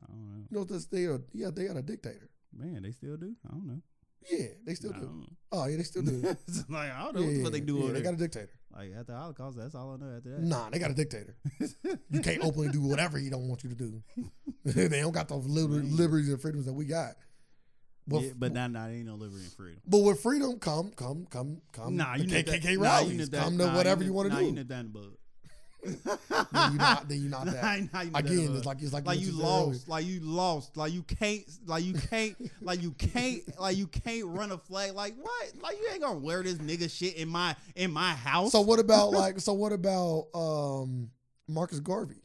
I don't know. You know this they are yeah they got a dictator. Man, they still do. I don't know. Yeah, they still I do. don't know. Oh yeah, they still do. yeah, It's like I don't know yeah, what they do yeah, over they there. got a dictator. like after the Holocaust, that's all I know. After that, Nah, they got a dictator. you can't openly do whatever he don't want you to do. they don't got those liber- Man. liberties and freedoms that we got. But yeah, but now, nah, nah, ain't no liberty and freedom. But with freedom come, come, come, come. Nah, the you nip KKK that, nah, you rallies. nip that, come to nah, whatever nip- you, want to nah, do. You nip that in the bud. then you not, then you not that. Nah, nah, you nip that in the Again, bud. it's like it's like, like what you said lost, like you lost, like you can't, like you can't, like you can't, like you can't run a flag. Like what? Like you ain't gonna wear this nigga shit in my in my earlier. house. So what about like? So what about um Marcus Garvey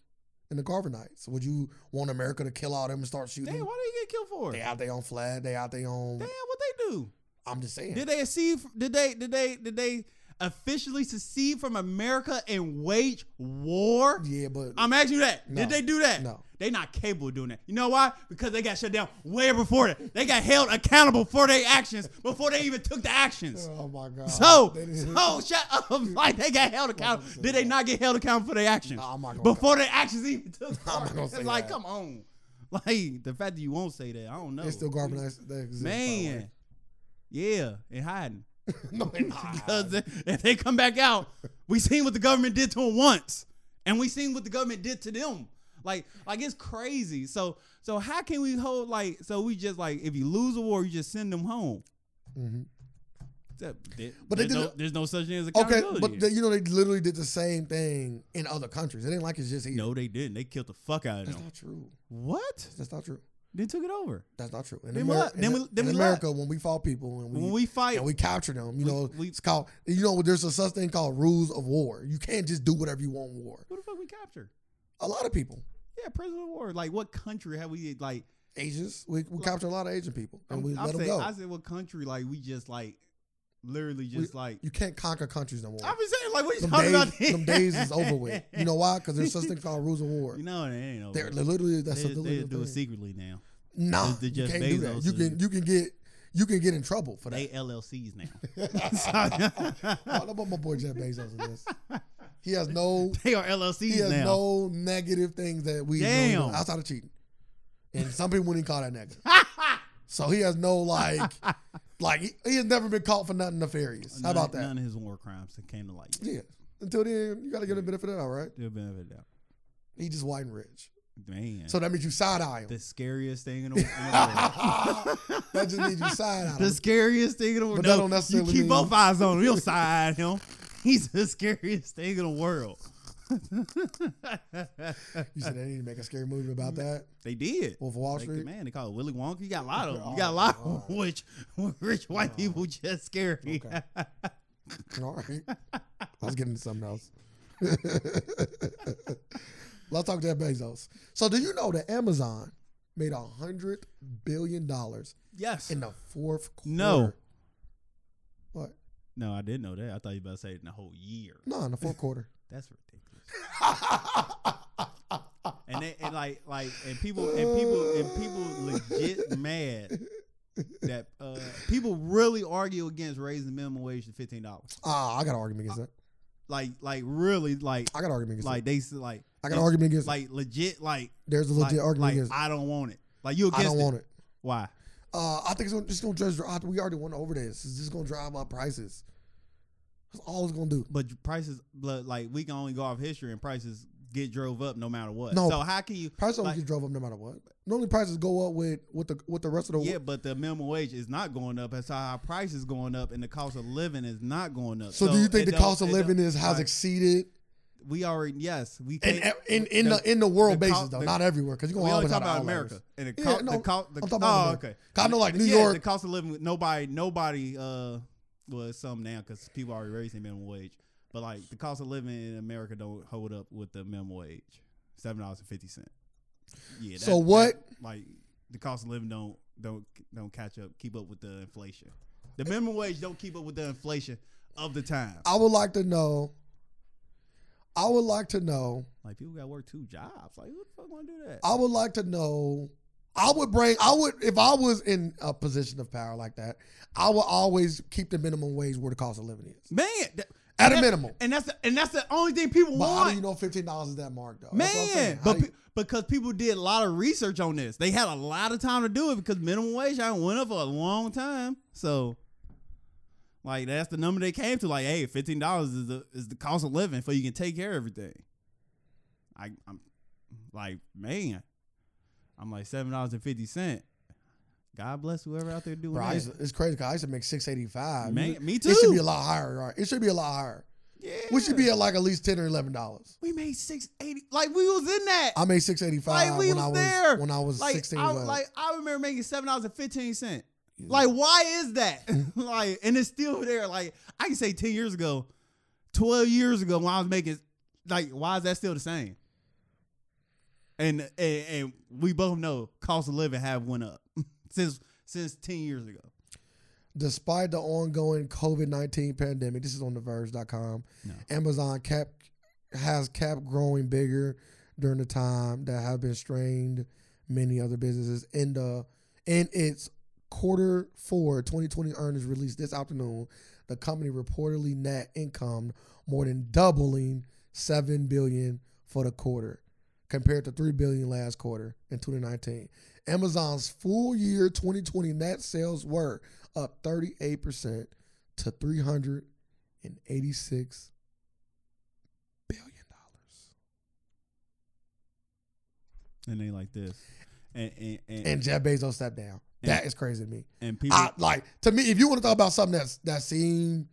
and the Garveynites? Would you want America to kill all them and start shooting? damn, them? what they get killed for? They Damn, out there on flag. They out there on. what they do? I'm just saying. Did they accede? Did they? Did they? Did they officially secede from America and wage war? yeah, but I'm asking you that. No. Did they do that? No. They not capable of doing that. You know why? Because they got shut down way before that. They got held accountable for their actions before they even took the actions. oh my god. So, They didn't- so shut up. Like they got held accountable. Did they not get held accountable for their actions Nah, I'm not gonna- before their actions even took? I'm not part? gonna say like, that. come on. Like the fact that you won't say that, I don't know. It's still Garveynites. that exist, by the Man, way. yeah, and hiding. no, they not. Because if they come back out, we seen what the government did to them once, and we seen what the government did to them. Like, like it's crazy. So, so how can we hold like? So we just like, if you lose a war, you just send them home. Mhm. That, that- But they there's, did no, it- there's no such thing as Okay, accountability. but they, you know they literally did the same thing in other countries. It ain't like it's just here. no, they didn't. They killed the fuck out of that's them. not true. What? That's not true. They took it over. That's not true. In, Then Ameri- what? Then in- we- then in we America, when we fought people and we, when we fight, and we capture them, you we- know, we- it's called. You know, there's a such thing called rules of war. You can't just do whatever you want in war. who the fuck we capture? A lot of people, Yeah, prisoner of war. Like, what country have we like? Asians, we, we capture a lot of Asian people and I'm- we I'm let them saying- go. I said, what country? Like, we just like, literally, just like. you can't conquer countries no more. I've been saying, like, what you Them talking about? days, them days is over with. You know why? Because there's such thing called rules of war. You know, it ain't over. They're literally they that's a just- they literally just do thing. it secretly now. Nah, It's the you Jeff can't do that. Bezos You can and- you can get you can get in trouble for They that. LLCs now. I don't put my boy Jeff Bezos in this. He has no they are he LLCs has now. no negative things that we know he does Damn. outside of cheating, and some people wouldn't even call that negative. so he has no like like he, he has never been caught for nothing nefarious. How None- about that? None of his war crimes that came to light. Yeah. Until then, you got to give him the benefit of the doubt, right? The benefit of the doubt. He just white and rich, Man. so that means you side eye him. the scariest thing in the, in the that just means you side eye world. him. the scariest thing in the world. But no, that don't necessarily you keep mean- both eyes on him. You'll side him. He's the scariest thing in the world. You said they need to make a scary movie about that. They did. Wolf of Wall Like the Street. man, they call it Willy Wonka. You got a lot of them. You Oh, got a lot of oh. them, which rich white Oh. people just scary. Okay. All right. Let's get into something else. Let's talk to Bezos. So, do you know that Amazon made a hundred billion dollars yes. in the fourth quarter? No. What? No, I didn't know that. I thought you were about to say it in the whole year. No, in the fourth quarter. That's ridiculous. Ah, and they and like like and people and people and people legit mad that uh, people really argue against raising the minimum wage to fifteen dollars. Ah, I got an argument against that. Like like really like I got an argument against like they s- like that. I got an argument against like legit like it. There's a like, legit argument like, against it. I don't want it. Like you I against don't it. want it. Why? Uh, I think it's gonna, just going to drive. We already went over this. It's just going to drive up prices. That's all it's going to do. But prices but, like we can only go off history and prices get drove up no matter what. No. So how can you Prices always Like- get drove up no matter what. Normally prices go up with with the with the rest of the Yeah, world. but the minimum wage is not going up. That's how our price is going up, and the cost of living is not going up. So, do you think it the cost don't- of it living don't- is has like, exceeded We already yes, we in can't. in in the- the, in the world the co- basis though, the- not everywhere because you we gonna only always talk have about outliers. America and the Yeah, cost. no, the cost. The, I'm talking about oh, America. okay. I know, like, New Yeah, York- The cost of living. Nobody, nobody. Uh, well, it's some now because people already raising minimum wage. But like the cost of living in America don't hold up with the minimum wage, seven dollars and fifty cent. Yeah. So what- that- like the cost of living don't don't don't catch up, keep up with the inflation. The minimum wage don't keep up with the inflation of the time. I would like to know. I would like to know. Like people got to work two jobs. Like who the fuck want to do that? I would like to know. I would bring. I would if I was in a position of power like that. I would always keep the minimum wage where the cost of living is Man, that- at a that- minimum. and that's the, and that's the only thing people But how want. do you know fifteen dollars is that mark though? That's what I'm saying. Man, How but do you- pe- because people did a lot of research on this, they had a lot of time to do it because minimum wage I went up for a long time. So, like that's the number they came to. Like, hey, fifteen dollars is the is the cost of living for you can take care of everything. I, I'm like, man, I'm like seven dollars and fifty cent. God bless whoever out there doing Bro, I that. used to- it's crazy. 'cause I used to make six eighty five. Man, me It should be a too. lot higher. Right? It should be a lot higher. yeah, We should be at like at least ten or eleven dollars. We made six eighty. Like we was in that. I made six eighty five Like, we when was I was there. when I was like sixteen I, years old. like I remember making seven dollars and fifteen cent. Like why is that? like and it's still there. Like I can say ten years ago, twelve years ago when I was making, like why is that still the same? And and, and we both know cost of living have went up since since ten years ago. Despite the ongoing COVID nineteen pandemic, this is on TheVerge.com. No. Amazon cap has kept growing bigger during the time that have been strained many other businesses in the in its quarter four 2020 earnings released this afternoon the company reportedly net income more than doubling 7 billion for the quarter compared to 3 billion last quarter in 2019 amazon's full year 2020 net sales were up 38% to 386 billion dollars And they like this. and and and, and and, Jeff Bezos stepped down. That is crazy to me. people. I like to me. If you want to talk about something that's that seemed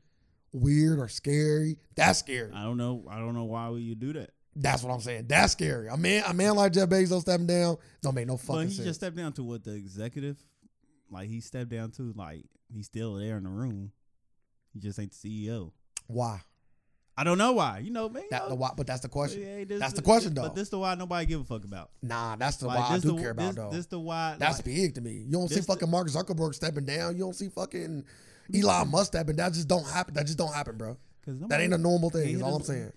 weird or scary, that's scary. I don't know. I don't know why would you do that. That's what I'm saying. That's scary. A man, a man like Jeff Bezos stepping down don't make no But fucking he sense. just stepped down to what the executive, like he stepped down to like he's still there in the room. He just ain't the CEO. why? I don't know why. You know, man. you That know, the why? But that's the but question. yeah, this- That's the this- question, though. But this the why nobody give a fuck about. Nah, that's the Like, why I this do the- care about this, though. This the why. that's like, big to me. You don't see this the- Mm-hmm. fucking Mark Zuckerberg stepping down. You don't see fucking Elon Musk stepping. That just don't happen. That just don't happen, bro. cause That nobody- ain't a normal he thing. Is hit all I'm his- saying.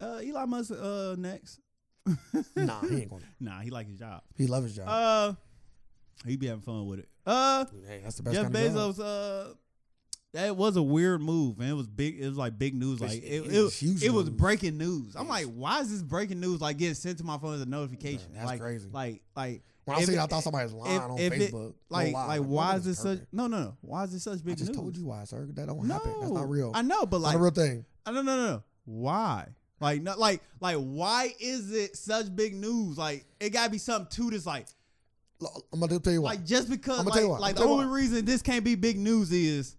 Uh, Elon Musk uh, next. Nah, he ain't going. to Nah, he like his job. He loves his job. Uh, he be having fun with it. Uh, hey, that's the best. Jeff kind of job. Bezos. Uh, that was a weird move, man. It was big. It was like big news. It's- Like it, it it, was huge It was news. breaking news. I'm Yes. like, why is this breaking news? Like getting sent to my phone as a notification. Bruh, that's like, crazy. Like, like, When I if seen it, it- I thought somebody was lying if- on if it- Facebook. No like, lie. like, Like, why is no one this is such? perfect. No, no, no. Why is this such I big just news? told you why, sir. That don't no, happen. That's not real. I know, but like, That's not a real thing. I don't know, no, no. Why? Like, not like, like, why is it such big news? Like, it gotta be something too. That's like, Look, I'm gonna tell you what. like just because, I'ma like, tell you what, like I'ma the tell you only reason this can't be big news is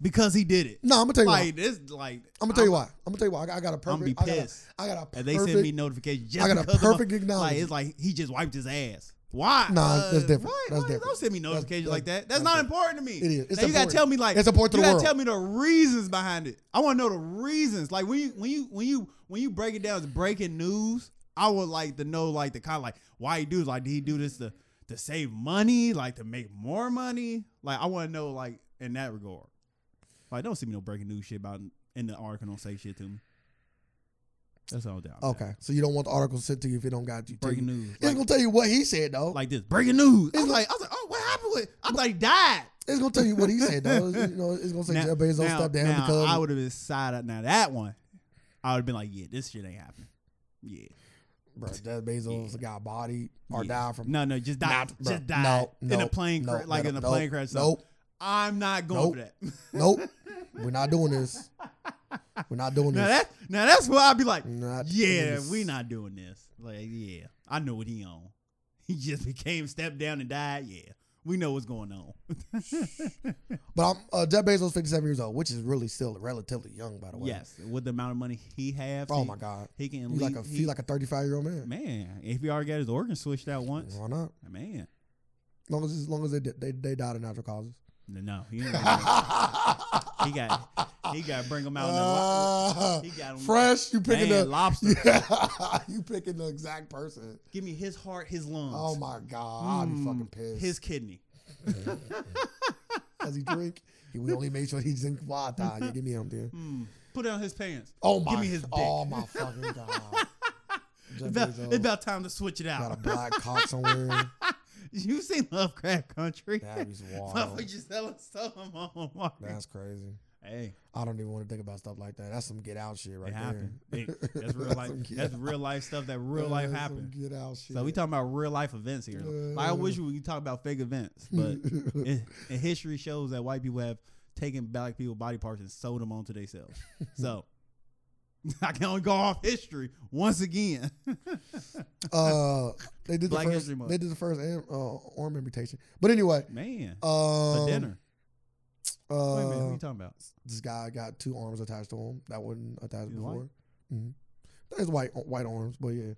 because he did it. no, I'm gonna tell you why. Like this, like I'm gonna tell you why. I'm gonna tell you why. I got, I got a I'm perfect. be I got a- pissed. I got a perfect. And they send me notifications. Just I got a because of perfect Like acknowledgement. it's like he just wiped his ass. Why? Nah, that's different. Why? That's why? Don't different. send me That's- notifications that's- like that. That's, that's not different. important to me. It is. It's now you gotta important. tell me like It's important to you the gotta world. tell me the reasons behind it. I want to know the reasons. Like when you when you when you when you break it down as breaking news, I would like to know like the kind of like why he do like did he do this to to save money like to make more money like I want to know like in that regard. Like don't send me no breaking news shit about in the article. Don't say shit to me. That's all down. Okay, so you don't want the article sent to you if it don't got you. to Breaking you. news. It's Like, gonna tell you what he said though. like this. Breaking news. I It's was like, I was like, oh, what happened with I thought he died. it's gonna tell you what he said though. It's- you know, it's gonna say Jeff Bezos stepped down now, because I would have been side up. Now that one, I would have been like, yeah, this shit ain't happening. Yeah. bro, Jeff Bezos got bodied or yeah. died from No, no, just died. Nah, just bruh. died. in No, a nope, plane crash. nope, like in a nope, plane crash. Nope, I'm not going for that. nope. We're not doing this. We're not doing now this. that now that's where I'd be like, Not doing yeah, this. we not doing this. Like, yeah. I know what he on. He just became stepped down and died. Yeah. We know what's going on. But I'm uh, Jeff Bezos, fifty-seven years old, which is really still relatively young, by the way. Yes, with the amount of money he has, Oh he, my God. he can He's leave. like a he- he's like a thirty-five-year-old man. man, if he already got his organ switched out once, Why not? man, As long as as long as they di- they, they died of natural causes. no, he, ain't gonna do it. he got he got to bring him out. in the lo- Ah, he got him fresh, you picking man, the lobster. yeah, you picking the exact person. Give me his heart, his lungs. Oh my god, I'd be Mm, fucking pissed. His kidney. As he drink, he we only make sure he drink water. You give me him there. Mm. Put it on his pants. Oh my, Give me his dick. oh my fucking god. It's Jeff about, Bezos it's about time to switch it got a out. black cock somewhere. you seen Lovecraft Country? That is wild. Motherfucker, you selling stuff on Walmart. That's crazy. Hey, I don't even want to think about stuff like that. That's some get out shit right it there. happened. Hey, that's real That's life. some get That's out. real life stuff that real life That's some happened. Get out shit. Uh. So we talking about real life events here. Like I wish we could talk about fake events, but in, in history shows that white people have taken black people body parts and sewed them onto themselves. So I can only go off history once again. uh, they did Black the History first. Month. They did the first am- uh, arm amputation. But anyway, Man, um, for dinner. Uh, Wait a minute, what are you talking about? this guy got two arms attached to him that wasn't attached He's white? before. Mm-hmm. There's white white arms, but yeah,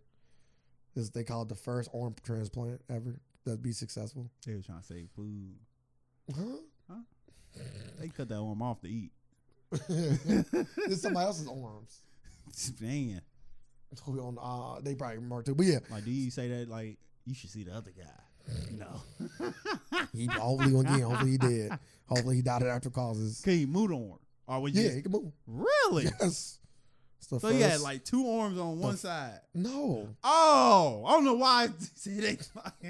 this they call it the first arm transplant ever that'd be successful. They was trying to save food. Huh? They cut that arm off to eat. it's somebody else's arms. Man, Who on uh, they probably marked it, but yeah, like do you say that like you should see the other guy? No, he hopefully again, hopefully he did. Hopefully he died of natural causes. can you move the arm? Or would you? Yeah, just- he can move. really? Yes. It's the So first. you had like two arms on one side. no, Oh, I don't know why. See, they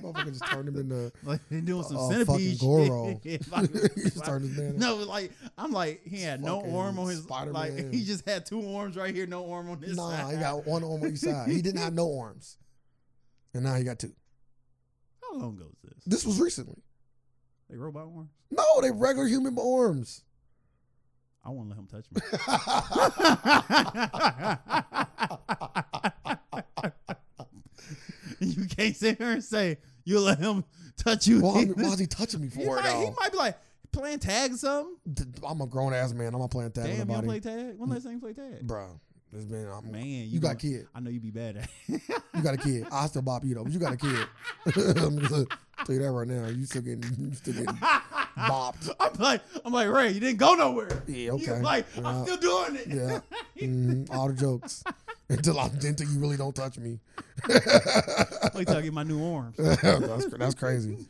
motherfucker just turned him into. like they doing some Uh, fucking centipede Goro. shit. He just turned his man. no, like I'm like he had no Fucking arm on his Spider-Man. like he just had two arms right here, no arm on this Nah, side. he got one arm on each side. He didn't have no arms, and now he got two. How long ago was this? This was recently. Like robot arm? No, they regular human arms. I won't let him touch me. you can't sit here and say You let him touch you. Why, why is he touching me he, for it? might, he though? might be like playing tag or something. D- I'm a grown ass man. I'm not playing that with Damn, you don't nobody, play tag. When last time you played tag? bro. It's been I'm, Man, you, you, got a gonna- kid. I know you be bad at. You got a kid. I still bop you though, but you got a kid. I'm gonna tell you that right now. You still getting, you still getting bopped. I'm like, I'm like Ray. You didn't go nowhere. Yeah, You okay. like, Yeah. I'm still doing it. Yeah. Mhm. all the jokes until I until you really don't touch me. Wait till I get my new arms. that's that's crazy.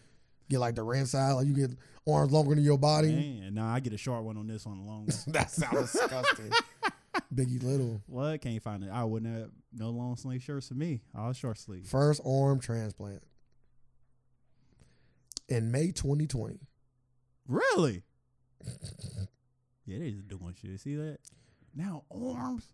Get like the red side, like you get arms longer than your body. Man, nah, I get a short one on this one, a long one. That sounds disgusting. Biggie Little, What? Can't find it. I wouldn't have no long sleeve shirts for me. All short sleeve. first arm transplant in May 2020. Really? yeah, they just doing shit. See that? Now arms.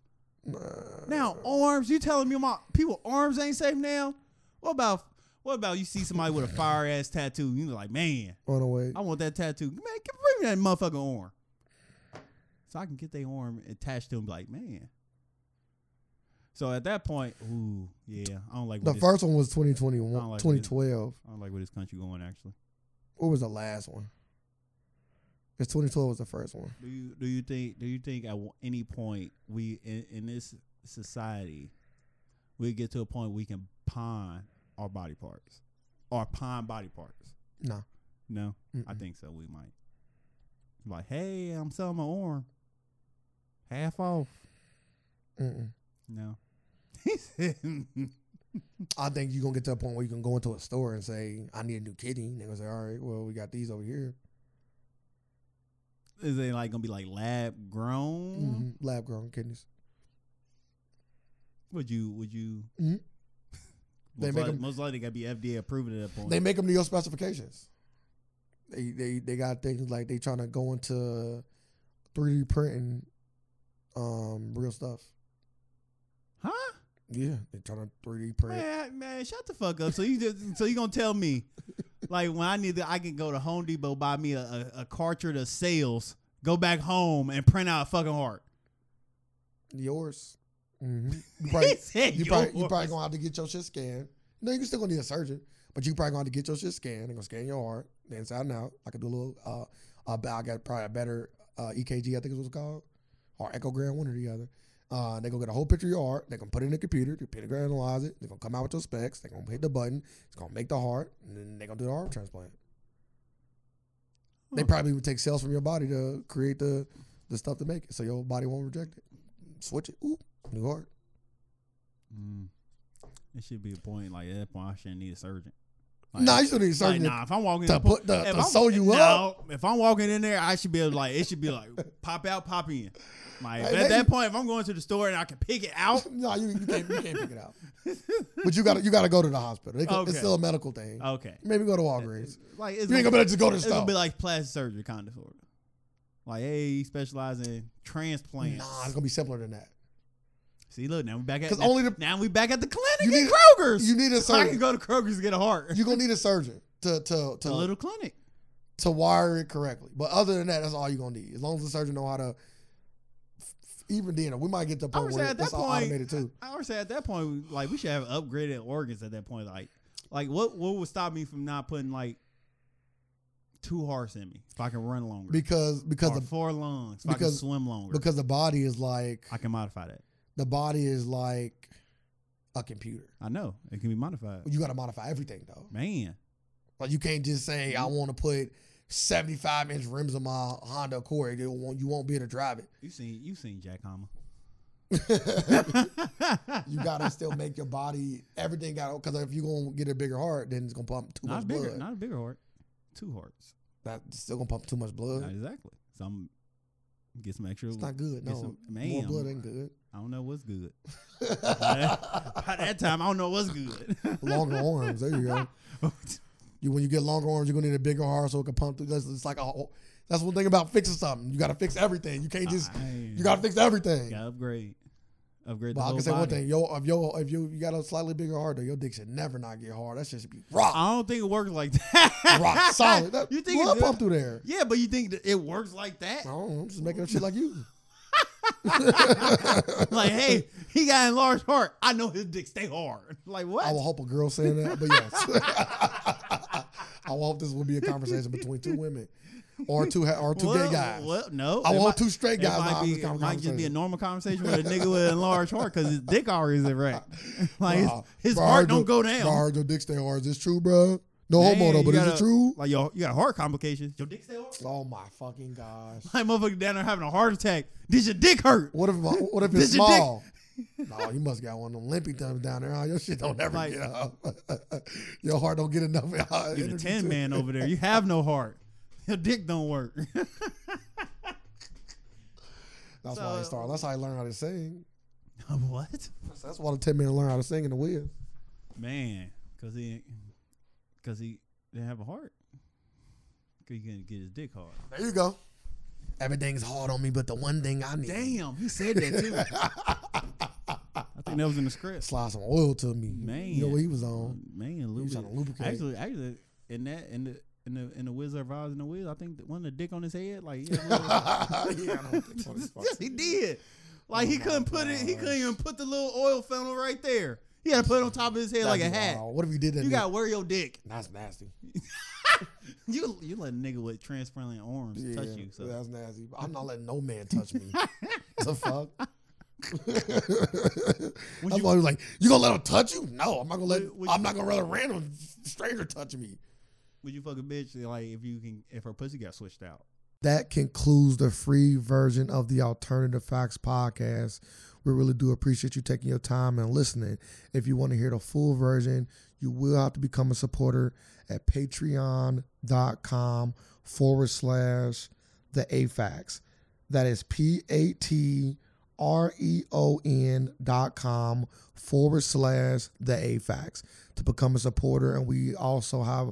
Nah. Now arms. You telling me my people arms ain't safe now? What about what about you see somebody with a fire ass tattoo? You like, man, oh no, wait. I want that tattoo. Man, give- bring me that motherfucking arm. So I can get their arm attached to him. Like, man. So at that point, ooh, yeah, I don't like The what first one was I 2021, don't like what it is. 2012. This, I don't like where this country going. Actually, What was the last one? It's 2012 was the first one. do you do you think do you think at any point we in, in this society we get to a point we can pawn our body parts or pawn body parts? No, No, I Mm-mm. think so. We might like, hey, I'm selling my arm, half off. Mm-mm. No. He said, I think you're gonna get to a point where you can go into a store and say, "I need a new kitty." And they're gonna say, "All right, well, we got these over here, "Is it like gonna be like lab grown? hmm lab grown kidneys." Would you? Would you?" Mhm. They Most, make likely, 'em- most likely gotta be FDA approved at that point. They make them to your specifications. They they they got things like they trying to go into 3D printing, um, real stuff. huh? Yeah, they trying to 3D print. Man, man, shut the fuck up. So you just so you gonna tell me, like when I need to, I can go to Home Depot buy me a, a, a cartridge of sales, go back home and print out a fucking heart. Yours. hmm Mm-hmm. You he probably, said, you probably, you yours. probably gonna have to get your shit scanned. No, you still gonna need a surgeon, but you probably gonna have to get your shit scanned. They're gonna scan your heart, the inside and out. I could do a little. Uh, uh, I got probably a better uh, EKG. I think is what it's called, or echogram, one or the other. Uh, they gonna get a whole picture of your heart. They gonna put it in the computer. The computer gonna analyze it. They gonna come out with your specs. They gonna hit the button. It's gonna make the heart, and then they gonna do the heart transplant. They Huh. probably would take cells from your body to create the the stuff to make it, so your body won't reject it. Switch it. Ooh, new heart. Mm. It should be a point like at that point I shouldn't need a surgeon. No, nah, you still need a surgeon Like, nah, if I'm walking to in the put the if to I'm- Uh, sew you no, up. if I'm walking in there, I should be able to, like it should be like pop out, pop in. Like Hey, at they- that point, if I'm going to the store and I can pick it out, No, you, you can't you can't pick it out. But you got to you got to go to the hospital. They go- Okay. It's still a medical thing. okay. Maybe go to Walgreens. Like it's You gonna- ain't gonna better just go to the It's gonna store. be like plastic surgery kind of sort of. Like, hey, he specialize in transplants. Nah, it's gonna be simpler than that. See, look, now we back at 'Cause now, only the- now we back at the You clinic need- at Kroger's. You need a I can surgeon. go to Kroger's and get a heart. You're gonna need a surgeon to to the to, little clinic. to wire it correctly. But other than that, that's all you're gonna need. As long as the surgeon know how to. Even then, we might get to a I point would say where at that that's all automated point, too. I would say at that point, like we should have upgraded organs at that point. Like, like what what would stop me from not putting like two hearts in me if I can run longer, Because because or the four lungs if I can because- swim longer. because the body is like I can modify that. the body is like a computer. I know it can be modified. You got to modify everything though. Man, Like you can't just say Mm-hmm. I want to put seventy five inch rims on my Honda Accord. You won't, you won't be able to drive you seen you seen Jack Hama. it. you gotta still make your body everything got because if you gonna get a bigger heart, then it's gonna pump too not much bigger, blood. not a bigger heart, two hearts. That's still gonna pump too much blood. Not exactly. So I'm get some extra. it's not get good. No, some- more man, blood I'm- ain't good. I don't know what's good. By that time, I don't know what's good. longer arms. There you go. You when you get longer arms, you're gonna need a bigger heart so it can pump through. That's it's like a whole, that's one thing about fixing something. You gotta fix everything. You can't just you gotta fix everything. gotta upgrade, upgrade. But the I whole can say one body. thing, yo, if yo, if you, you got a slightly bigger heart, though, your dick should never not get hard. That shit should be rock, I don't think it works like that. rock solid. That, you think blood it's pump through there? Yeah, but you think that it works like that? I don't know, I'm just making up shit like you. like, hey, he got enlarged heart. I know his dick stay hard. Like what? I will hope a girl saying that, but yes. I want this would be a conversation between two women or two ha- or two well, gay guys. Well, no, it I want might- two straight it guys. to Might, have be, this kind it of might just be a conversation. normal conversation with a nigga with an enlarged heart because his dick already is erect. Like Nah, his, his Uh, bro, heart your- don't go bro, down. your dick stay hard. Is this true, bro? No Damn, homo though, you but is gotta- it true? Like yo, you got heart complications. Your dick still hard. Oh my fucking gosh! Like motherfucker down there having a heart attack. Did your dick hurt? What if my, what if This it's your dick? small? No, you must got one of them limpy thumbs down there. Huh? Your shit don't ever Like- get up. your heart don't get enough. uh, You the energy to- ten man over there. You have no heart. Your dick don't work. That's why I So- started. That's how I learned how to sing. what? That's- That's why the ten man learned how to sing in the wheel. Man, cause he, cause he didn't have a heart. Cause he couldn't get his dick hard. There you go. Everything's hard on me, but the one thing I need. Damn, he said that too. I think that was in the script. Slide some oil to me. Man. You know what he was on. Man, He was trying to lubricate. lubricate. Actually, actually, in that, in the, in the, in the Wizard of Oz, in the Wiz, I think that one of the dick on his head, like he, had a little- yeah, I don't think so. It's yes, he did. Like he Oh my couldn't put it. He gosh. couldn't even put the little oil funnel right there. He had to put it on top of his head like a That's hat. wild. What if you did that? You nigga? gotta wear your dick. that's nasty. You you let a nigga with transplant arms Yeah, touch you. So That's nasty. I'm not letting no man touch me. the fuck? Would That's you- why he was like, you gonna let him touch you? No, I'm not gonna let. Would- would I'm you- not gonna let a random stranger touch me. would you fuck a bitch like if you can if her pussy got switched out? that concludes the free version of the Alternative Facts podcast. We really do appreciate you taking your time and listening. If you want to hear the full version, you will have to become a supporter at patreon.com forward slash the AFAX. That is P A T R E O N dot com forward slash the AFAX to become a supporter. And we also have